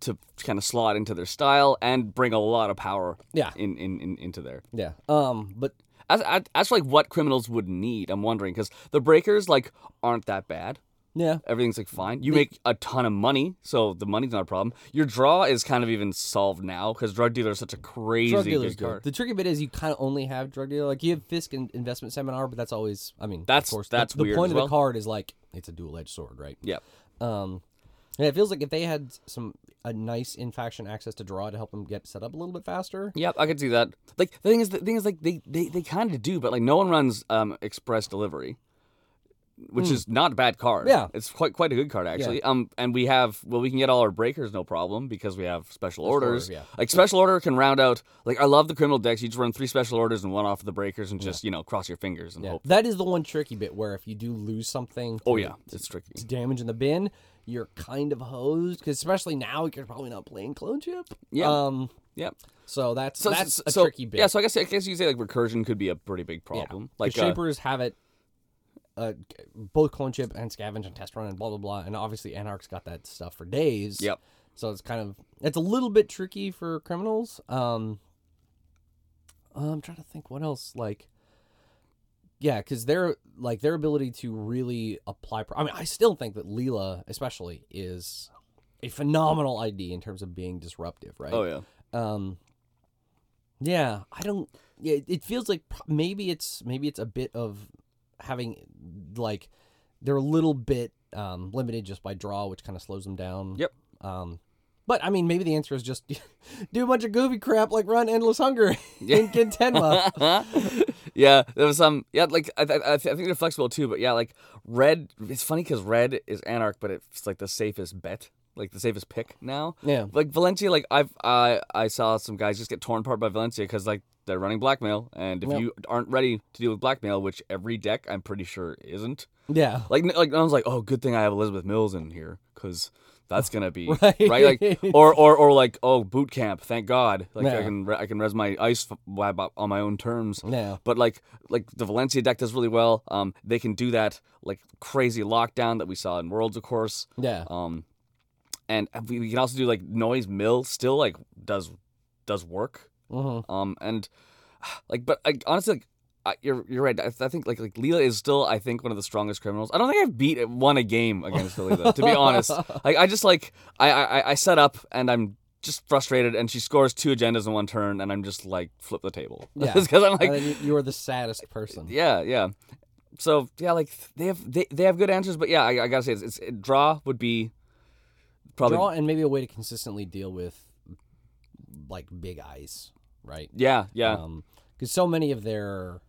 Speaker 2: to kind of slot into their style and bring a lot of power.
Speaker 1: Yeah.
Speaker 2: In in, in into there.
Speaker 1: Yeah. Um, but
Speaker 2: As, as as for like what criminals would need, I'm wondering because the breakers like aren't that bad.
Speaker 1: yeah,
Speaker 2: Everything's like fine. You make a ton of money, so the money's not a problem. Your draw is kind of even solved now because drug dealer is such a crazy
Speaker 1: drug dealer's
Speaker 2: good card.
Speaker 1: good. The tricky bit is you kind of only have drug dealer. Like you have Fisk and investment seminar, but that's always. I mean,
Speaker 2: That's-
Speaker 1: of course,
Speaker 2: that's
Speaker 1: the,
Speaker 2: weird
Speaker 1: the point
Speaker 2: as
Speaker 1: of
Speaker 2: well.
Speaker 1: the card is like it's a dual edged sword, right?
Speaker 2: Yeah.
Speaker 1: Um, and it feels like if they had some a nice in faction access to draw to help them get set up a little bit faster.
Speaker 2: Yep, I could see that. Like the thing is, the thing is, like they they, they kind of do, but like no one runs um express delivery, which is not a bad card.
Speaker 1: Hmm. Yeah.
Speaker 2: it's quite quite a good card actually. Um, and we have well, we can get all our breakers no problem because we have special
Speaker 1: orders,
Speaker 2: orders.
Speaker 1: yeah.
Speaker 2: like special order can round out. Like I love the criminal decks. You just run three special orders and one off of the breakers and just you know cross your fingers and hope.
Speaker 1: That is the one tricky bit where if you do lose something,
Speaker 2: Oh yeah, it's tricky.
Speaker 1: to damage in the bin, you're kind of hosed because especially now you're probably not playing clone chip.
Speaker 2: Yeah.
Speaker 1: Um.
Speaker 2: Yep.
Speaker 1: So that's
Speaker 2: So
Speaker 1: that's
Speaker 2: so,
Speaker 1: a
Speaker 2: so-
Speaker 1: tricky bit.
Speaker 2: Yeah, so I guess I guess you say like recursion could be a pretty big problem. Like
Speaker 1: the
Speaker 2: uh,
Speaker 1: shapers have it. Uh, both clone chip and scavenge and test run and blah blah blah, and obviously anarch's got that stuff for days.
Speaker 2: Yep.
Speaker 1: So it's kind of it's a little bit tricky for criminals. Um, I'm trying to think what else like. Yeah, because their like their ability to really apply. Pro- I mean, I still think that Leela especially is a phenomenal ID in terms of being disruptive, right?
Speaker 2: oh yeah.
Speaker 1: um yeah i don't yeah it- it feels like pro- maybe it's maybe it's a bit of having like they're a little bit um limited just by draw which kind of slows them down
Speaker 2: Yep.
Speaker 1: um but i mean maybe the answer is just do a bunch of goofy crap like run endless hunger in Kentenma.
Speaker 2: yeah, there was some. Yeah, like I, I, I thi- I think they're flexible too. But yeah, like red. It's funny because red is anarch, but it's like the safest bet, like the safest pick now.
Speaker 1: yeah
Speaker 2: Like Valencia, like I've I I saw some guys just get torn apart by Valencia because like they're running blackmail, and if
Speaker 1: Yep.
Speaker 2: you aren't ready to deal with blackmail, which every deck I'm pretty sure isn't,
Speaker 1: yeah
Speaker 2: like n- like I was like, oh, good thing I have Elizabeth Mills in here because that's gonna be
Speaker 1: Right.
Speaker 2: right? Like or or or like oh, boot camp, thank God, like I
Speaker 1: Yeah.
Speaker 2: can re- I can res my ice f- wab up on my own terms.
Speaker 1: Yeah.
Speaker 2: But like like the Valencia deck does really well. Um, they can do that like crazy lockdown that we saw in Worlds, of course.
Speaker 1: yeah
Speaker 2: Um, and we, we can also do like noise mill still like does does work.
Speaker 1: hmm
Speaker 2: Um, and like, but like honestly, like I, you're you're right. I, I think like like Leela is still I think one of the strongest criminals. I don't think I've beat won a game against Leela to be honest. Like I just like I, I I set up and I'm just frustrated and she scores two agendas in one turn and I'm just like flip the table.
Speaker 1: Yeah.
Speaker 2: because I'm like
Speaker 1: and then you, you are the saddest person.
Speaker 2: yeah yeah. So yeah, like they have they, they have good answers, but yeah, I, I gotta say it's, it's draw would be probably
Speaker 1: Draw and maybe a way to consistently deal with like big eyes, right?
Speaker 2: yeah yeah.
Speaker 1: Oh. because Um, so many of their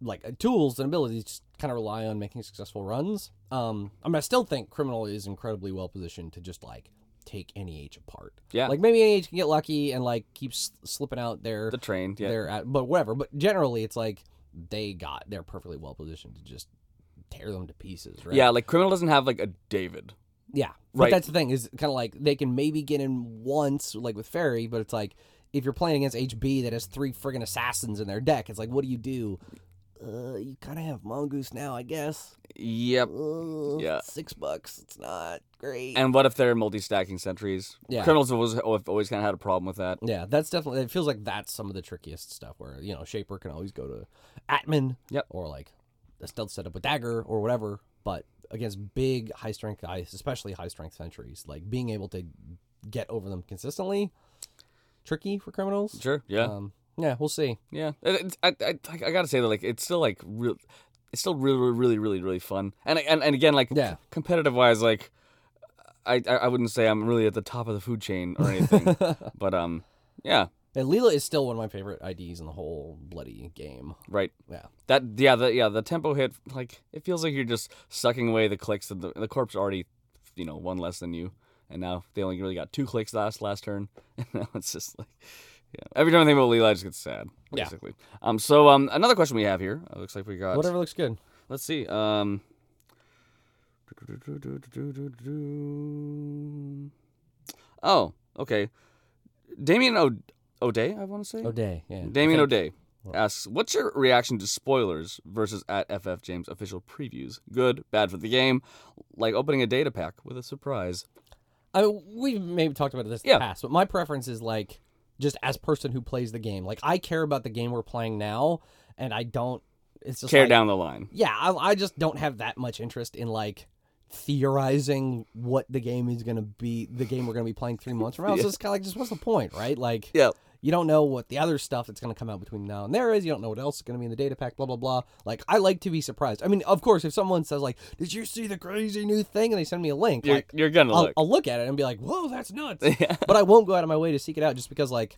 Speaker 1: like uh, tools and abilities just kind of rely on making successful runs. Um, I mean, I still think criminal is incredibly well positioned to just like take NEH apart.
Speaker 2: Yeah.
Speaker 1: like maybe NEH can get lucky and like keeps slipping out their
Speaker 2: the train yeah.
Speaker 1: their at, but whatever. But generally, it's like they got they're perfectly well positioned to just tear them to pieces. Right?
Speaker 2: Yeah, like criminal doesn't have like a David.
Speaker 1: Yeah. But
Speaker 2: Right.
Speaker 1: that's the thing is kind of like they can maybe get in once, like with Ferry, but it's like if you're playing against HB that has three friggin' assassins in their deck, it's like, what do you do? Uh, you kind of have Mongoose now, I guess.
Speaker 2: Yep.
Speaker 1: Uh,
Speaker 2: Yeah.
Speaker 1: Six bucks. It's not great.
Speaker 2: And what if they're multi-stacking sentries?
Speaker 1: Yeah.
Speaker 2: Criminals have always, have always kind of had a problem with that.
Speaker 1: yeah, that's definitely, it feels like that's some of the trickiest stuff where, you know, Shaper can always go to Atman
Speaker 2: Yep.
Speaker 1: or like a stealth setup with Dagger or whatever. But against big, high strength guys, especially high strength sentries, like being able to get over them consistently, tricky for criminals.
Speaker 2: Sure. Yeah.
Speaker 1: Um, yeah, we'll see.
Speaker 2: Uh, yeah. It- it- I, I, I gotta say that like it's still like real, it's still really really really really fun. And I- and, and again like
Speaker 1: Yeah.
Speaker 2: competitive wise like I, I I wouldn't say I'm really at the top of the food chain or anything, but um yeah
Speaker 1: And Leela is still one of my favorite IDs in the whole bloody game.
Speaker 2: right
Speaker 1: Yeah.
Speaker 2: that yeah the yeah the tempo hit like it feels like you're just sucking away the clicks that the the corpse already you know one less than you. And now they only really got two clicks last last turn. And now it's just like yeah. Every time I think about Leela, I just get sad,
Speaker 1: Yeah.
Speaker 2: basically. Um so um another question we have here. It looks like we got
Speaker 1: Whatever looks good.
Speaker 2: Let's see. Um. Oh, okay. Damien o- O'Day, I want to say.
Speaker 1: O'Day. Yeah.
Speaker 2: Damien O'Day asks, "What's your reaction to spoilers versus at FF James official previews? Good, bad for the game, like opening a data pack with a surprise."
Speaker 1: I mean, we maybe talked about this in
Speaker 2: Yeah.
Speaker 1: the past, but my preference is like just as person who plays the game. Like I care about the game we're playing now, and I don't. It's just
Speaker 2: Tear
Speaker 1: like,
Speaker 2: down the line.
Speaker 1: yeah, I, I just don't have that much interest in like theorizing what the game is going to be, the game we're going to be playing three months from now. So it's kind of like, just what's the point, right? Like,
Speaker 2: Yeah.
Speaker 1: you don't know what the other stuff that's going to come out between now and there is. You don't know what else is going to be in the data pack, blah, blah, blah. Like, I like to be surprised. I mean, of course, if someone says, like, did you see the crazy new thing? And they send me a link,
Speaker 2: You're,
Speaker 1: like,
Speaker 2: you're gonna
Speaker 1: I'll,
Speaker 2: look.
Speaker 1: I'll look at it and be like, whoa, that's nuts.
Speaker 2: Yeah.
Speaker 1: But I won't go out of my way to seek it out just because, like,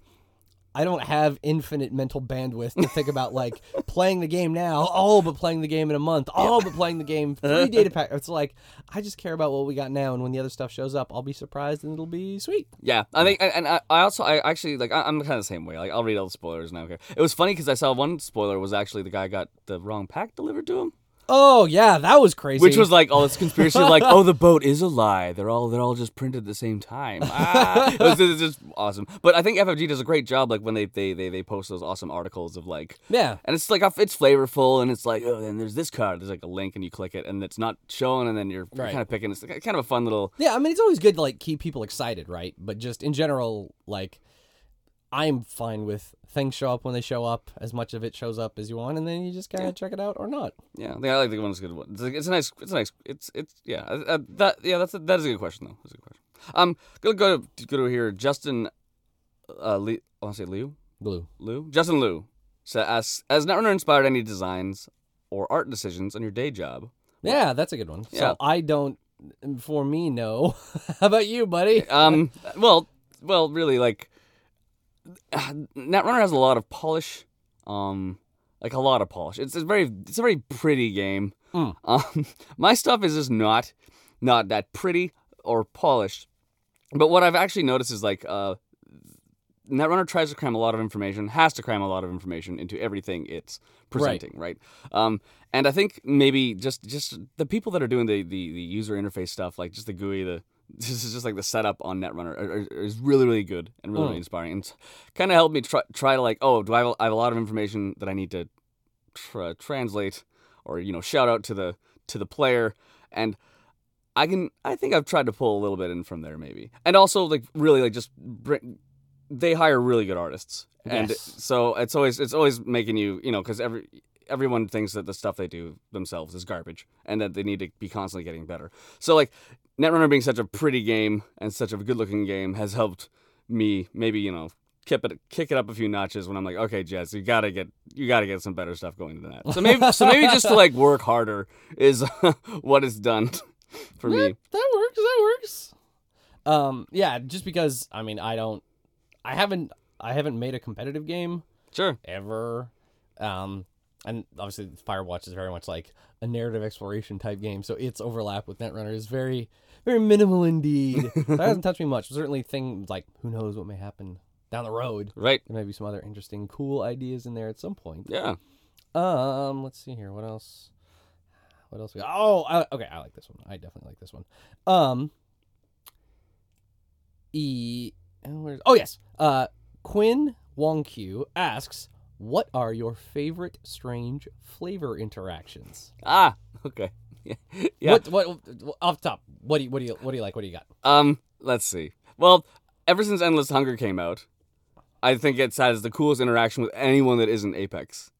Speaker 1: I don't have infinite mental bandwidth to think about like playing the game now, all but playing the game in a month, all but playing the game three data pack. It's like I just care about what we got now, and when the other stuff shows up, I'll be surprised and it'll be sweet.
Speaker 2: Yeah, I think, and, and I, I also, I actually like, I, I'm kind of the same way. Like, I'll read all the spoilers and I don't care. It was funny because I saw one spoiler was actually the guy got the wrong pack delivered to him,
Speaker 1: Oh yeah, that was crazy.
Speaker 2: which was like all this conspiracy, like, oh, the boat is a lie. They're all, they're all just printed at the same time. Ah, it, was, it was just awesome. But I think FFG does a great job, like when they, they, they, they post those awesome articles of like,
Speaker 1: yeah,
Speaker 2: and it's like it's flavorful, and it's like, oh, then there's this card. There's like a link, and you click it, and it's not shown, and then you're,
Speaker 1: Right.
Speaker 2: kind of picking. It's like, kind of a fun little.
Speaker 1: yeah. I mean, it's always good to like keep people excited, right? But just in general, like I'm fine with things show up when they show up. As much of it shows up as you want, and then you just kind of check it out or not.
Speaker 2: Yeah, I think I like the one that's a good one. It's, like, it's a nice, it's a nice, it's it's yeah. Uh, that yeah, that's a, that is a good question though. That's a good question. Um, gonna go to go to here. Justin, uh, Lee, I want to say Liu,
Speaker 1: Blue.
Speaker 2: Liu, Justin Liu, so asks, has Netrunner inspired any designs or art decisions on your day job?
Speaker 1: Yeah, that's a good one.
Speaker 2: Yeah.
Speaker 1: So I don't. For me, no. How about you, buddy?
Speaker 2: Um, well, well, really, like uh, Netrunner has a lot of polish. Um, like a lot of polish. It's, it's very, it's a very pretty game.
Speaker 1: Mm.
Speaker 2: Um, my stuff is just not, not that pretty or polished. But what I've actually noticed is like, uh, Netrunner tries to cram a lot of information, has to cram a lot of information into everything it's presenting, right? Um, and I think maybe just just the people that are doing the, the, the user interface stuff, like just the GUI, the this is just like the setup on Netrunner are- are- is really really good and really, really inspiring, and kind of helped me try try to like, oh, do I have, a- I have a lot of information that I need to tra- translate or you know shout out to the to the player and I can I think I've tried to pull a little bit in from there maybe and also like really like just bring they hire really good artists, and
Speaker 1: Yes.
Speaker 2: so it's always it's always making you you know because every everyone thinks that the stuff they do themselves is garbage and that they need to be constantly getting better. So like Netrunner being such a pretty game and such a good looking game has helped me maybe you know kick it kick it up a few notches when I'm like okay Jess you gotta get you gotta get some better stuff going than that. So maybe so maybe just to like work harder is what it's done for
Speaker 1: Yeah,
Speaker 2: me.
Speaker 1: That works. That works. Um, yeah, just because I mean, I don't, I haven't, I haven't made a competitive game
Speaker 2: Sure.
Speaker 1: ever. Um, and obviously, Firewatch is very much like a narrative exploration type game, so its overlap with Netrunner is very, very minimal indeed. so that hasn't touched me much. Certainly, things like who knows what may happen down the road.
Speaker 2: Right.
Speaker 1: There may be some other interesting, cool ideas in there at some point.
Speaker 2: Yeah.
Speaker 1: Um, let's see here. What else? What else? We got? Oh, I, okay. I like this one. I definitely like this one. Um, e. and Where's, oh yes. Uh, Quinn Wong Q asks, "What are your favorite strange flavor interactions?"
Speaker 2: Ah. Okay. Yeah. Yeah.
Speaker 1: What? What? Off top. What do you? What do you? What do you like? What do you got?
Speaker 2: Um, let's see. Well, ever since Endless Hunger came out, I think it's has the coolest interaction with anyone that isn't Apex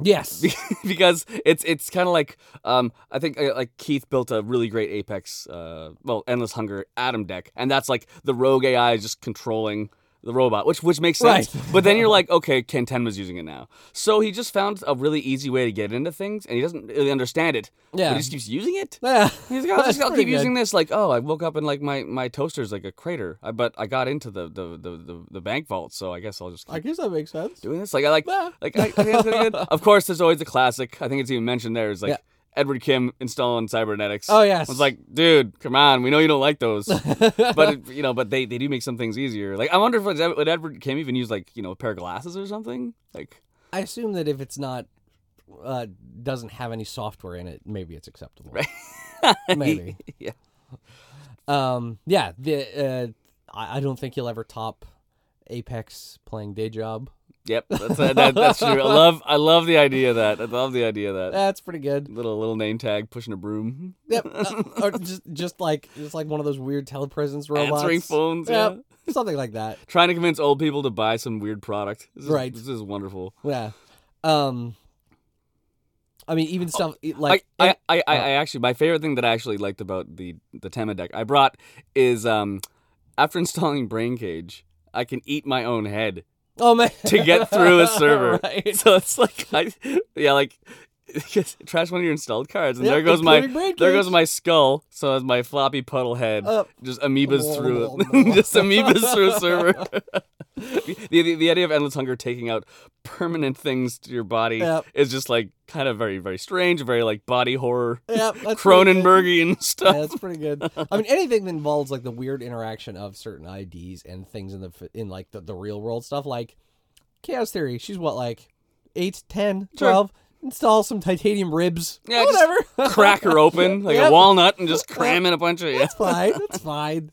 Speaker 1: Yes.
Speaker 2: because it's it's kind of like um I think uh, like Keith built a really great Apex uh well Endless Hunger Atom deck and that's like the rogue AI is just controlling the robot which which makes sense
Speaker 1: Right.
Speaker 2: but then you're like okay Ken was using it now so he just found a really easy way to get into things and he doesn't really understand it but
Speaker 1: Yeah.
Speaker 2: he just keeps using it
Speaker 1: yeah.
Speaker 2: He's like, I'll,
Speaker 1: That's
Speaker 2: just, I'll
Speaker 1: pretty
Speaker 2: keep
Speaker 1: good.
Speaker 2: using this. Like, oh, I woke up and like my, my toaster's like a crater. I, but I got into the the, the, the the bank vault, so I guess I'll just keep
Speaker 1: guess that makes sense.
Speaker 2: doing this. Like, I like
Speaker 1: Yeah.
Speaker 2: like I, I think it's pretty good. Of course, there's always the classic. I think it's even mentioned there is like
Speaker 1: Yeah.
Speaker 2: Edward Kim installing cybernetics.
Speaker 1: Oh
Speaker 2: I
Speaker 1: yes.
Speaker 2: was like, dude, come on, we know you don't like those, but it- you know, but they, they do make some things easier. Like, I wonder if it's- would Edward Kim even use like you know a pair of glasses or something? Like,
Speaker 1: I assume that if it's not uh, doesn't have any software in it, maybe it's acceptable. maybe.
Speaker 2: Yeah.
Speaker 1: Um. Yeah. The uh, I, I don't think you'll ever top Apex playing day job.
Speaker 2: yep, that's that, that's true. I love I love the idea of that I love the idea of that.
Speaker 1: That's pretty good.
Speaker 2: little little name tag pushing a broom
Speaker 1: Yep. Uh, or just just like just like one of those weird telepresence robots.
Speaker 2: answering phones yeah
Speaker 1: Yep. Something like that.
Speaker 2: trying to convince old people to buy some weird product this is,
Speaker 1: Right.
Speaker 2: this is wonderful
Speaker 1: Yeah. Um. I mean, even stuff it- like
Speaker 2: Oh,
Speaker 1: uh,
Speaker 2: I,
Speaker 1: it-
Speaker 2: I, I, I I actually my favorite thing that I actually liked about the the Tema deck I brought is um after installing Brain Cage I can eat my own head
Speaker 1: oh man
Speaker 2: to get through a server
Speaker 1: Right.
Speaker 2: so it's like I yeah like trash one of your installed cards and
Speaker 1: Yep,
Speaker 2: there goes my
Speaker 1: including Brain
Speaker 2: there
Speaker 1: Cage.
Speaker 2: goes my skull so it's my floppy puddle head
Speaker 1: Uh,
Speaker 2: just amoebas through it. just amoebas through a server. the, the the idea of endless hunger taking out permanent things to your body
Speaker 1: Yep.
Speaker 2: is just like kind of very very strange, very like body horror,
Speaker 1: Yep, that's pretty good.
Speaker 2: Cronenbergian stuff.
Speaker 1: Yeah, that's pretty good. I mean, anything that involves like the weird interaction of certain IDs and things in the f- in like the, the real world stuff, like Chaos Theory. She's what like eight, ten,
Speaker 2: Sure.
Speaker 1: twelve. Install some titanium ribs.
Speaker 2: Yeah, just
Speaker 1: whatever.
Speaker 2: Crack her open like
Speaker 1: Yep.
Speaker 2: a walnut and just cram in a bunch of yeah.
Speaker 1: That's fine. That's fine.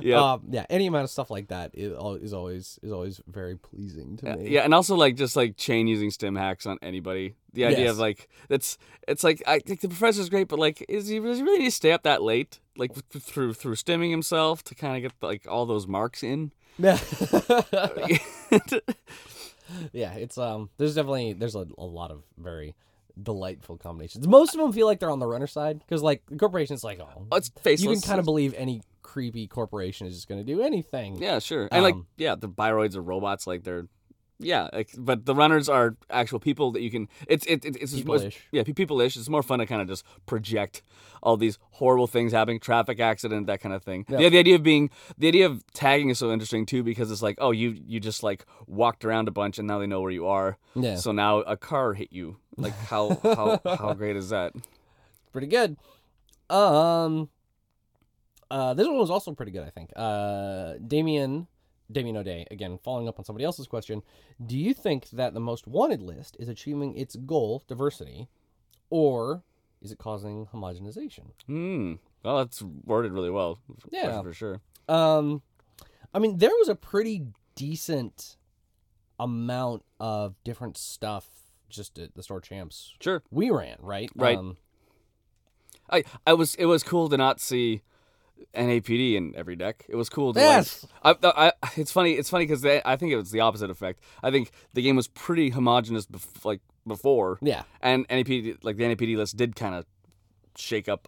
Speaker 2: Yep.
Speaker 1: Um, yeah. Any amount of stuff like that is, al- is always is always very pleasing to me.
Speaker 2: Yeah, and also like just like chain using stim hacks on anybody. The idea
Speaker 1: Yes.
Speaker 2: of like it's it's like I think the professor's great, but like is he, does he really need to stay up that late? Like through through stimming himself to kind of get like all those marks in.
Speaker 1: Yeah.
Speaker 2: yeah,
Speaker 1: yeah. It's um. There's definitely there's a, a lot of very delightful combinations. Most of them feel like they're on the runner side because like the corporation's like oh
Speaker 2: it's faceless.
Speaker 1: you can kind of believe any creepy corporation is just going to do anything.
Speaker 2: yeah, sure. And like
Speaker 1: Um,
Speaker 2: yeah, the biroids are robots. Like they're yeah, like, but the runners are actual people that you can. It's it, it, it's it's-
Speaker 1: People-ish.
Speaker 2: yeah, pe- people-ish. It's more fun to kind of just project all these horrible things happening, traffic accident, that kind of thing.
Speaker 1: Yeah.
Speaker 2: Yeah, the idea of being the idea of tagging is so interesting too because it's like oh you you just like walked around a bunch and now they know where you are.
Speaker 1: Yeah.
Speaker 2: So now a car hit you. Like how how how great is that?
Speaker 1: Pretty good. Um uh this one was also pretty good, I think. Uh Damien Damien O'Day, again, following up on somebody else's question, do you think that the most wanted list is achieving its goal, diversity, or is it causing homogenization?
Speaker 2: Hmm. Well, that's worded really well. for-
Speaker 1: Yeah.
Speaker 2: for sure.
Speaker 1: Um, I mean, there was a pretty decent amount of different stuff just at the store champs
Speaker 2: Sure.
Speaker 1: we ran, right?
Speaker 2: Right.
Speaker 1: Um,
Speaker 2: I I was it was cool to not see NAPD in every deck. It was cool. To
Speaker 1: Yes.
Speaker 2: Like, I, I, it's funny. It's funny because I think it was the opposite effect. I think the game was pretty homogenous, bef- like before,
Speaker 1: Yeah.
Speaker 2: and NAPD like the NAPD list did kind of shake up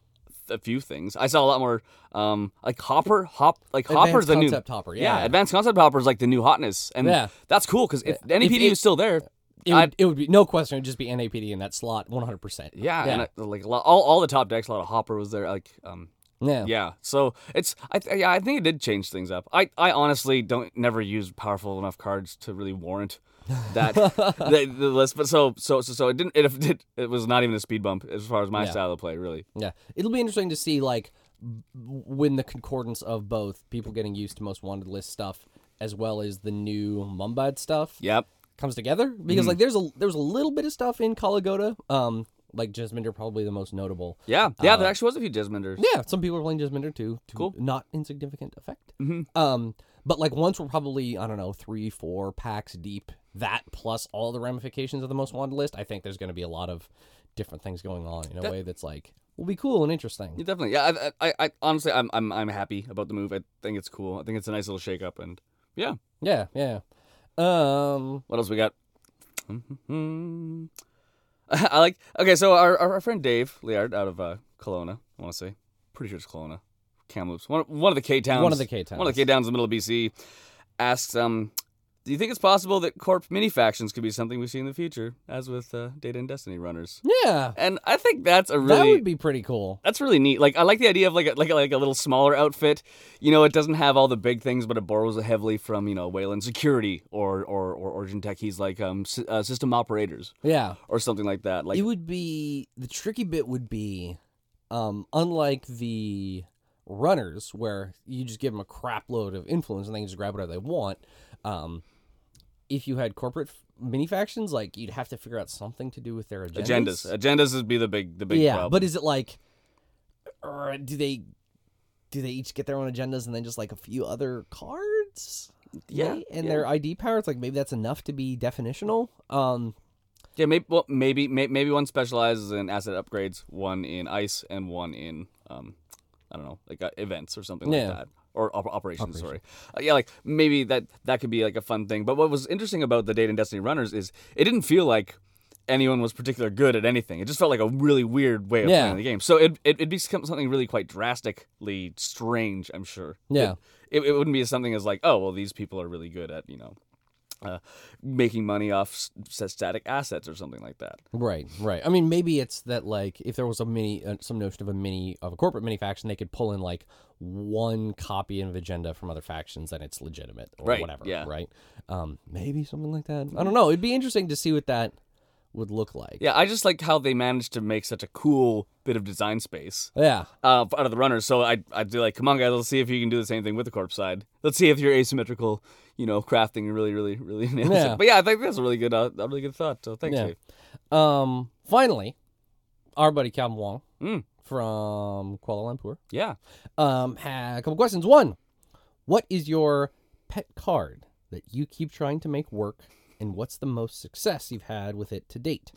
Speaker 2: a few things. I saw a lot more um like Hopper, Hop, like Hopper's
Speaker 1: Advanced
Speaker 2: the new
Speaker 1: concept hopper.
Speaker 2: yeah,
Speaker 1: Yeah.
Speaker 2: Advanced Concept Hopper's like the new hotness, and
Speaker 1: Yeah.
Speaker 2: that's cool because if the
Speaker 1: If
Speaker 2: NAPD
Speaker 1: it-
Speaker 2: was still there,
Speaker 1: It would, it would be no question. It would just be NAPD in that slot, one hundred percent.
Speaker 2: yeah,
Speaker 1: Yeah.
Speaker 2: and I, like a lot, all all the top decks, a lot of Hopper was there, like um
Speaker 1: Yeah.
Speaker 2: Yeah. So it's I th- yeah I think it did change things up. I, I honestly don't never use powerful enough cards to really warrant that the, the list. But so so so so it didn't it, it it was not even a speed bump as far as my
Speaker 1: Yeah.
Speaker 2: style of play really.
Speaker 1: Yeah, it'll be interesting to see like w- when the concordance of both people getting used to most wanted list stuff as well as the new Mumbad stuff
Speaker 2: Yep.
Speaker 1: comes together because like there's a there's a little bit of stuff in Kalagoda, um, like Jesminder probably the most notable.
Speaker 2: Yeah. Yeah. there actually was a few Desmonders.
Speaker 1: Uh, Yeah, some people are playing Jesminder too. To cool, not insignificant effect.
Speaker 2: Mm-hmm.
Speaker 1: Um, but like once we're probably I don't know three four packs deep that plus all the ramifications of the most wanted list. I think there's going to be a lot of different things going on in a way that's like will be cool and interesting.
Speaker 2: Yeah, definitely. Yeah. I, I, I honestly I'm, I'm I'm happy about the move. I think it's cool. I think it's a nice little shake up. And yeah.
Speaker 1: Yeah, yeah. Um,
Speaker 2: What else we got? I like. Okay, so our, our our friend Dave Liard out of uh, Kelowna, I want to say, pretty sure it's Kelowna, Kamloops, one one of the K towns,
Speaker 1: One of the K
Speaker 2: one of the K towns in the middle of BC, asks, um, do you think it's possible that corp mini factions could be something we see in the future, as with uh, Data and Destiny runners?
Speaker 1: yeah,
Speaker 2: And I think that's a
Speaker 1: that
Speaker 2: really
Speaker 1: would be pretty cool.
Speaker 2: that's really neat. Like I like the idea of like a, like a, like a little smaller outfit. You know, it doesn't have all the big things, but it borrows heavily from you know Wayland Security or or or Origin Techies like um s- uh, system operators
Speaker 1: Yeah,
Speaker 2: or something like that. Like
Speaker 1: it would be the tricky bit would be, um, unlike the runners where you just give them a crap load of influence and they can just grab whatever they want. Um, if you had corporate f- mini factions, like you'd have to figure out something to do with their agendas.
Speaker 2: agendas, agendas would be the big the big
Speaker 1: yeah,
Speaker 2: problem.
Speaker 1: but is it like, or do they? Do they each get their own agendas and then just like a few other cards?
Speaker 2: yeah,
Speaker 1: May- and
Speaker 2: yeah.
Speaker 1: their ID power. It's like maybe that's enough to be definitional. Um,
Speaker 2: yeah maybe well, maybe may, maybe one specializes in asset upgrades, one in ice, and one in um I don't know like uh, events or something
Speaker 1: Yeah.
Speaker 2: like that. Or op- operations, sorry. Uh, yeah, like maybe that that could be like a fun thing. But what was interesting about the Date and Destiny Runners is it didn't feel like anyone was particularly good at anything. It just felt like a really weird way of
Speaker 1: Yeah.
Speaker 2: playing the game. So it it would be some- something really quite drastically strange, I'm sure.
Speaker 1: Yeah.
Speaker 2: It, it, it wouldn't be something as like, oh, well, these people are really good at you know. Uh, making money off s- s- static assets or something like that.
Speaker 1: right, right. I mean, maybe it's that like if there was a mini, uh, some notion of a mini of a corporate mini faction, they could pull in like one copy of agenda from other factions, and it's legitimate or
Speaker 2: Right,
Speaker 1: whatever.
Speaker 2: yeah.
Speaker 1: Right. Um, maybe something like that. I don't know. It'd be interesting to see what that would look like.
Speaker 2: Yeah, I just liked how they managed to make such a cool bit of design space.
Speaker 1: Yeah.
Speaker 2: uh, out of the runners. So I, I'd be like, come on, guys, let's see if you can do the same thing with the corpse side. Let's see if your asymmetrical, you know, crafting really, really, really nails
Speaker 1: Yeah.
Speaker 2: it. But yeah, I think that's a really good, uh, a really good thought. So thanks,
Speaker 1: Yeah.
Speaker 2: Dave.
Speaker 1: Um. Finally, our buddy Calvin Wong
Speaker 2: Mm.
Speaker 1: from Kuala Lumpur
Speaker 2: Yeah.
Speaker 1: um, had a couple questions. One, what is your pet card that you keep trying to make work, and what's the most success you've had with it to date?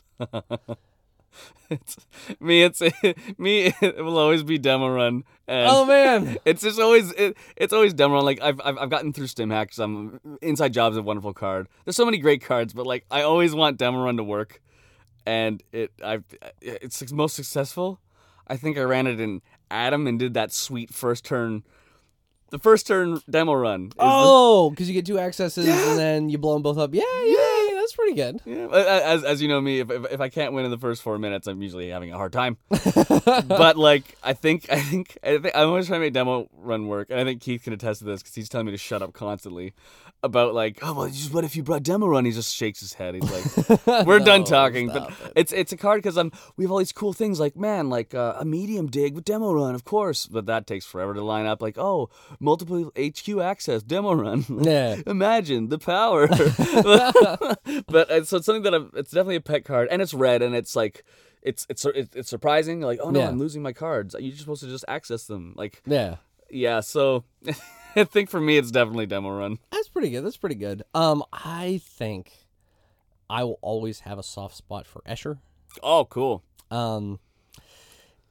Speaker 2: It's, me, it's me. It will always be demo run. And
Speaker 1: Oh, man,
Speaker 2: It's just always it, it's always dumb. Ron. Like I've, I've I've gotten through stim hacks. Um, inside jobs a wonderful card. There's so many great cards, but like I always want Demoron to work, and it I it's its most successful. I think I ran it in Adam and did that sweet first turn, the first turn demo run. is the-
Speaker 1: oh, because you get two accesses and then you blow them both up. Yeah, yeah, yeah, that's pretty good.
Speaker 2: Yeah, but a- as as you know me, if, if if I can't win in the first four minutes, I'm usually having a hard time. but like, I think I think I think I'm always trying to make demo run work, and I think Keith can attest to this because he's telling me to shut up constantly about like, oh well, just what if you brought demo run? He just shakes his head. He's like, we're done
Speaker 1: No,
Speaker 2: talking. But
Speaker 1: stop it.
Speaker 2: it's it's a card because I'm we have all these cool things like man, like uh, a medium dig with demo run, of course, but that takes forever to line up. Like oh, multiple HQ access demo run.
Speaker 1: Yeah,
Speaker 2: Imagine the power. but uh, so it's something that I'm, it's definitely a pet card, and it's red, and it's like it's it's sur- it's it's surprising. Like oh no,
Speaker 1: Yeah.
Speaker 2: I'm losing my cards. You're supposed to just access them. Like
Speaker 1: yeah,
Speaker 2: yeah, so I think for me it's definitely demo run.
Speaker 1: that's pretty good. That's pretty good. Um, I think I will always have a soft spot for Escher.
Speaker 2: Oh cool.
Speaker 1: Um,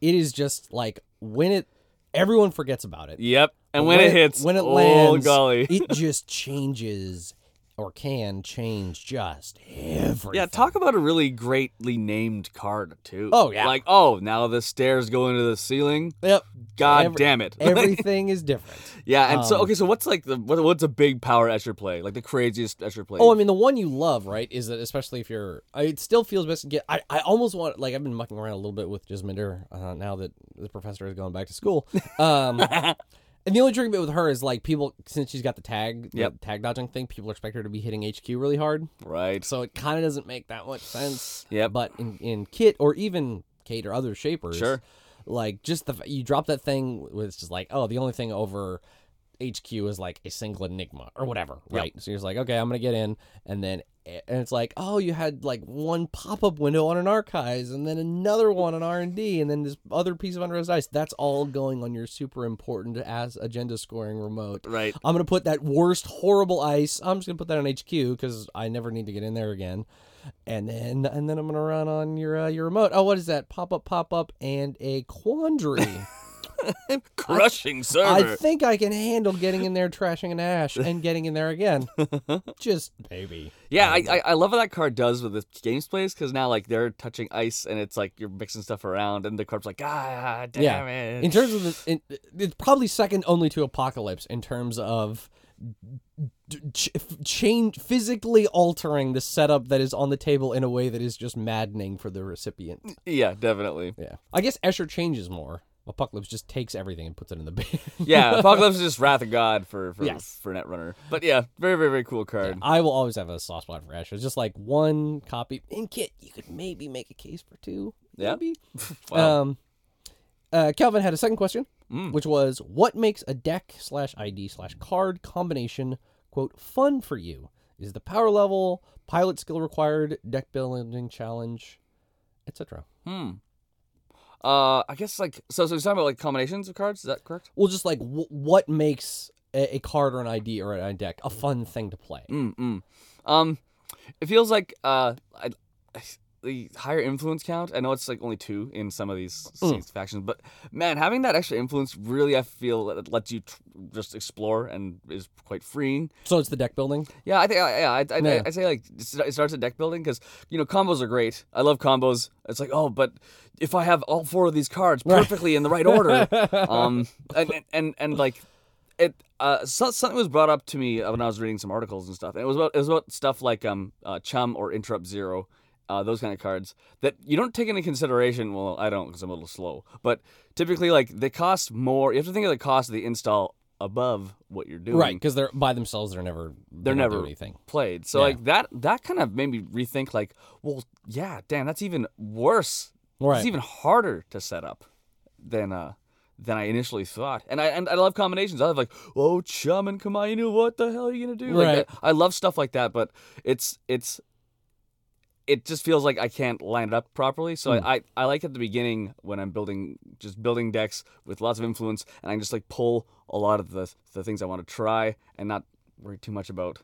Speaker 1: it is just like when it Everyone forgets about it.
Speaker 2: Yep. And when, it hits,
Speaker 1: when it
Speaker 2: oh,
Speaker 1: lands,
Speaker 2: golly.
Speaker 1: it just changes or can change just everything.
Speaker 2: Yeah, talk about a really greatly named card too.
Speaker 1: Oh, yeah.
Speaker 2: like oh now the stairs go into the ceiling.
Speaker 1: Yep.
Speaker 2: God
Speaker 1: Every-
Speaker 2: damn it!
Speaker 1: Everything is different.
Speaker 2: yeah, and so
Speaker 1: um,
Speaker 2: okay, so what's like the what, what's a big power Escher play? Like the craziest Escher play?
Speaker 1: Oh, I mean, the one you love, right? Is that especially if you're, I, it still feels best to get. I, I almost want like I've been mucking around a little bit with Jasminder uh, now that the professor has gone back to school. Um, and the only tricky bit with her is like people since she's got the tag, the
Speaker 2: Yep.
Speaker 1: tag dodging thing. People expect her to be hitting HQ really hard,
Speaker 2: right.
Speaker 1: so it kind of doesn't make that much sense.
Speaker 2: Yep.
Speaker 1: But in, in Kit or even Kate or other shapers,
Speaker 2: Sure.
Speaker 1: Like just the f- you drop that thing with just like oh the only thing over HQ is like a single enigma or whatever,
Speaker 2: Yep.
Speaker 1: right? So you're just like okay I'm gonna get in and then and it's like oh you had like one pop up window on an archives and then another one on R and D and then this other piece of unrest dice that's all going on your super important as agenda scoring remote.
Speaker 2: Right.
Speaker 1: I'm gonna put that worst horrible ice. I'm just gonna put that on HQ because I never need to get in there again. And then and then I'm gonna run on your uh, your remote. Oh, what is that? Pop up, pop up, and a quandary.
Speaker 2: Crushing server.
Speaker 1: I think I can handle getting in there, trashing an ash, and getting in there again. just maybe.
Speaker 2: yeah, I, I I love what that card does with the games plays because now like they're touching ice and it's like you're mixing stuff around and the card's like ah damn
Speaker 1: Yeah.
Speaker 2: it.
Speaker 1: In terms of the, in, it's probably second only to apocalypse in terms of. d- ch- change physically altering the setup that is on the table in a way that is just maddening for the recipient
Speaker 2: yeah, definitely.
Speaker 1: Yeah. I guess Escher changes more. Apocalypse just takes everything and puts it in the bin.
Speaker 2: Yeah, Apocalypse is just Wrath of God for for,
Speaker 1: Yes.
Speaker 2: for Netrunner. But yeah, very very very cool card.
Speaker 1: I will always have a soft spot for Escher. It's just like one copy. In kit, you could maybe make a case for two.
Speaker 2: Yeah.
Speaker 1: Maybe.
Speaker 2: Wow.
Speaker 1: Um, uh, Calvin had a second question,
Speaker 2: Mm.
Speaker 1: which was what makes a deck slash ID slash card combination, quote, fun for you? Is the power level, pilot skill required, deck building challenge, etc.?
Speaker 2: Hmm. Uh, I guess like so. So you're talking about like combinations of cards. Is that correct?
Speaker 1: Well, just like w- what makes a-, a card or an ID or a deck a fun thing to play?
Speaker 2: Mm mm. Um, it feels like uh, I, I, the higher influence count. I know it's like only two in some of these, these factions, but man, having that extra influence really, I feel that it lets you tr- just explore and is quite freeing.
Speaker 1: So it's the deck building.
Speaker 2: Yeah, I think I, yeah, I, I,
Speaker 1: Yeah.
Speaker 2: I, I say like it's- it starts at deck building because you know combos are great. I love combos. It's like oh, but if I have all four of these cards perfectly in the right order, um, and, and and and like it, uh, so, something was brought up to me when I was reading some articles and stuff, and it was about it was about stuff like um, uh, chum or interrupt zero. Uh, those kind of cards that you don't take into consideration. Well, I don't because I'm a little slow. But typically, like they cost more. You have to think of the cost of the install above what you're doing
Speaker 1: right because they're by themselves they're never
Speaker 2: they're
Speaker 1: they don't do
Speaker 2: never
Speaker 1: anything
Speaker 2: played. So
Speaker 1: Yeah.
Speaker 2: like that that kind of made me rethink like, well, yeah, damn, that's even worse.
Speaker 1: right
Speaker 2: It's even harder to set up than uh than I initially thought. And I and I love combinations. I love like, oh chum and Kamainu, what the hell are you gonna do?
Speaker 1: Right.
Speaker 2: Like that- I love stuff like that, but it's it's it just feels like I can't line it up properly. So
Speaker 1: Hmm.
Speaker 2: I, I, I like at the beginning when I'm building just building decks with lots of influence and I can just like pull a lot of the the things I want to try and not worry too much about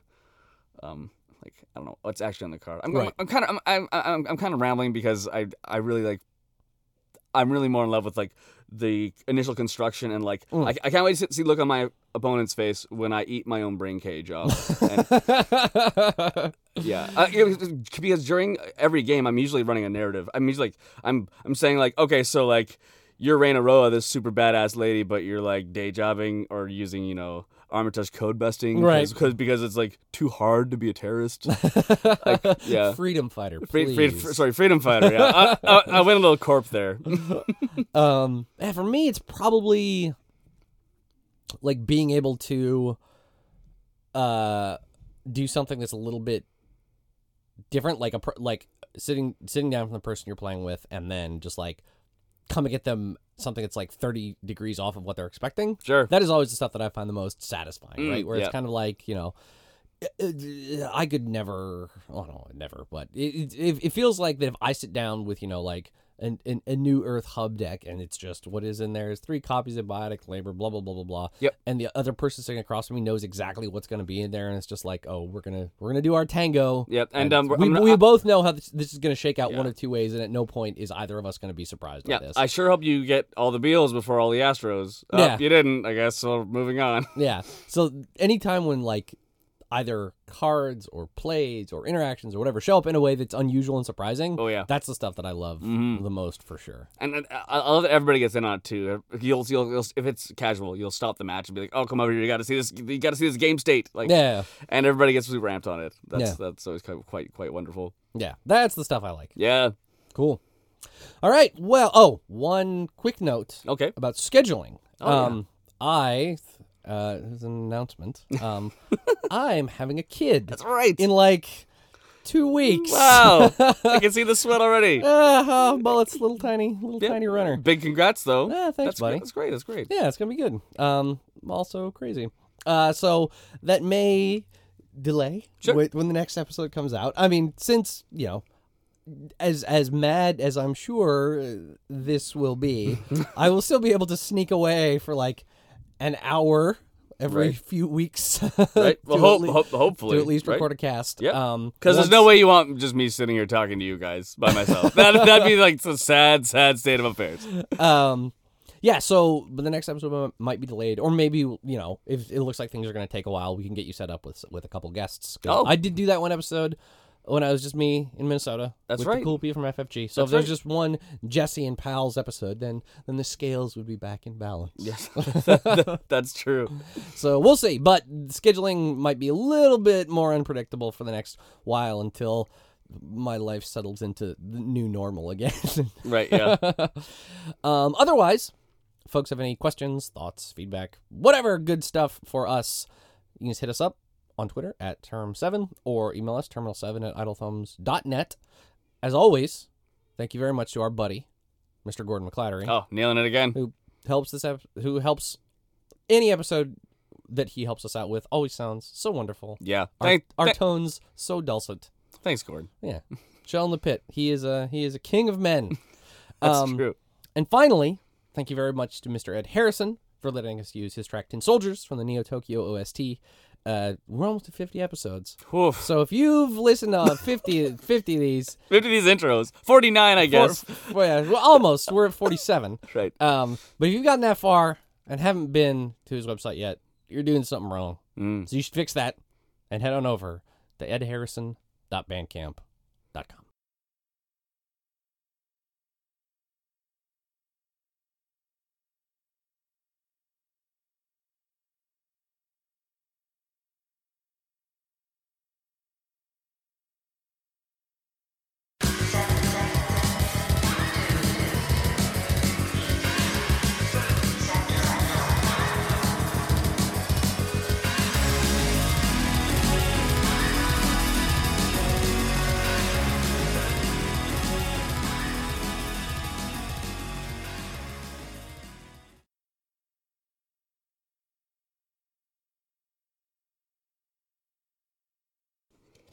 Speaker 2: um like I don't know what's actually on the card. I'm
Speaker 1: Right.
Speaker 2: I'm kind of I'm I'm, I'm, I'm kind of rambling because I I really like I'm really more in love with like the initial construction and like
Speaker 1: Mm.
Speaker 2: I, I can't wait to see- see the look on my opponent's face when I eat my own brain cage off. and, yeah, uh, it was- because during every game I'm usually running a narrative. I'm usually like I'm I'm saying like okay so like you're Raina Roa, this super badass lady, but you're like day jobbing or using you know. Armitage code busting,
Speaker 1: Right.
Speaker 2: Because because it's like too hard to be a terrorist. yeah.
Speaker 1: freedom fighter
Speaker 2: Free,
Speaker 1: please.
Speaker 2: free, fr- sorry, freedom fighter. Yeah, I, I, I went a little corp there.
Speaker 1: um and for me it's probably like being able to uh do something that's a little bit different like a per- like sitting sitting down from the person you're playing with and then just like coming at them something that's like 30 degrees off of what they're expecting
Speaker 2: Sure.
Speaker 1: that is always the stuff that I find the most satisfying,
Speaker 2: Mm,
Speaker 1: right? Where
Speaker 2: yeah.
Speaker 1: it's kind of like you know, uh, I could never, oh no, never, but it, it, it feels like that if I sit down with you know like an, an, a new Earth hub deck, and it's just what is in there is three copies of Biotic Labor, blah blah blah blah blah.
Speaker 2: Yep.
Speaker 1: And the other person sitting across from me knows exactly what's going to be in there, and it's just like, oh, we're gonna we're gonna do our tango.
Speaker 2: Yep, and, um,
Speaker 1: we,
Speaker 2: I'm not-
Speaker 1: we
Speaker 2: I-
Speaker 1: both know how this, this is going to shake out one
Speaker 2: Yeah.
Speaker 1: of two ways, and at no point is either of us going to be surprised
Speaker 2: Yeah,
Speaker 1: by this.
Speaker 2: I sure hope you get all the Beals before all the Astros. Oh,
Speaker 1: Yeah.
Speaker 2: You didn't, I guess, so moving on.
Speaker 1: Yeah. So anytime when like either cards or plays or interactions or whatever show up in a way that's unusual and surprising,
Speaker 2: Oh, yeah. Mm-hmm.
Speaker 1: that's the stuff that I love the most for sure.
Speaker 2: And and uh, I, I love that everybody gets in on it too. You'll, you'll, you'll, if it's casual, you'll stop the match and be like, "Oh, come over here! You got to see this. You got to see this game state." Like,
Speaker 1: Yeah.
Speaker 2: and everybody gets super ramped on it. That's
Speaker 1: Yeah.
Speaker 2: that's always quite, quite quite wonderful.
Speaker 1: Yeah. That's the stuff I like.
Speaker 2: Yeah.
Speaker 1: Cool. All right. Well, oh, one quick note
Speaker 2: Okay.
Speaker 1: about scheduling.
Speaker 2: Oh, yeah.
Speaker 1: um I uh there's an announcement. Um I'm having a kid
Speaker 2: That's all right.
Speaker 1: in like 2 weeks.
Speaker 2: wow. I can see the sweat already.
Speaker 1: Ah, bullets little tiny little
Speaker 2: Yeah.
Speaker 1: tiny runner.
Speaker 2: Big congrats though.
Speaker 1: Ah, thanks,
Speaker 2: that's, gr-
Speaker 1: buddy.
Speaker 2: That's great. That's great.
Speaker 1: Yeah, it's gonna be good. Um, also crazy. Uh, so that may delay
Speaker 2: Sure.
Speaker 1: wh- when the next episode comes out. I mean, since you know, as as mad as I'm sure uh, this will be, I will still be able to sneak away for like an hour every
Speaker 2: Right.
Speaker 1: few weeks.
Speaker 2: Right. Well,
Speaker 1: to
Speaker 2: hope,
Speaker 1: at lea-
Speaker 2: hope, hopefully
Speaker 1: to at least
Speaker 2: right?
Speaker 1: record a cast.
Speaker 2: Yep.
Speaker 1: Um,
Speaker 2: Because there's
Speaker 1: once-
Speaker 2: no way you want just me sitting here talking to you guys by myself. that, that'd be like a sad, sad state of affairs.
Speaker 1: um yeah so but the next episode mi- might be delayed or maybe you know if it looks like things are going to take a while we can get you set up with with a couple guests 'Cause
Speaker 2: Oh.
Speaker 1: i did do that one episode when i was just me in minnesota
Speaker 2: That's
Speaker 1: with the
Speaker 2: right.
Speaker 1: cool people from ffg so if
Speaker 2: That's
Speaker 1: there's
Speaker 2: right.
Speaker 1: just one jesse and pals episode then then the scales would be back in balance
Speaker 2: Yes, That- that- that's true.
Speaker 1: so we'll see but scheduling might be a little bit more unpredictable for the next while until my life settles into the new normal again
Speaker 2: Right. Yeah.
Speaker 1: Um, otherwise, folks have any questions, thoughts, feedback, whatever good stuff for us, you can just hit us up on Twitter at term7 or email us terminal7 at idlethumbs.net. As always, thank you very much to our buddy, Mr. Gordon McClattery,
Speaker 2: Oh, nailing it again.
Speaker 1: who helps this ep- who helps any episode that he helps us out with. Always sounds so wonderful.
Speaker 2: Yeah.
Speaker 1: Our,
Speaker 2: Thank,
Speaker 1: our
Speaker 2: thank-
Speaker 1: tones so dulcet.
Speaker 2: thanks, Gordon.
Speaker 1: Yeah. Shell in the pit. He is a he is a king of men.
Speaker 2: That's
Speaker 1: Um,
Speaker 2: true.
Speaker 1: And finally, thank you very much to Mr. Ed Harrison for letting us use his track Tin Soldiers from the Neo Tokyo OST. Uh, we're almost to 50 episodes.
Speaker 2: Oof.
Speaker 1: So if you've listened to 50, 50 of these,
Speaker 2: 50 these intros. 49, I guess.
Speaker 1: or- well, yeah, well, almost, we're at 47.
Speaker 2: Right.
Speaker 1: Um, but if you've gotten that far and haven't been to his website yet, you're doing something wrong.
Speaker 2: Mm.
Speaker 1: So you should fix that and head on over to edharrison.bandcamp.com.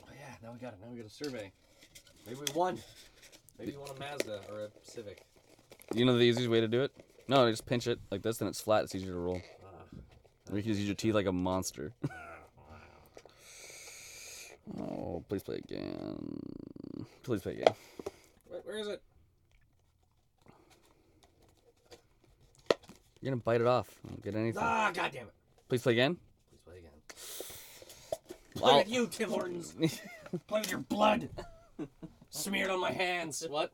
Speaker 1: Oh yeah, now we got it. Now we got a survey. Maybe we won. Maybe you want a Mazda or a Civic.
Speaker 2: You know the easiest way to do it? No, just pinch it like this, then it's flat. It's easier to roll. Or you can just use your teeth like a monster. oh, please play again. Please play again.
Speaker 1: Where, where is it?
Speaker 2: You're going to bite it off. I don't get anything.
Speaker 1: Ah, goddamn it!
Speaker 2: Please play again.
Speaker 1: Please play again.
Speaker 2: Wow.
Speaker 1: Look at you, Tim Hortons. play with your blood smeared on my hands. What?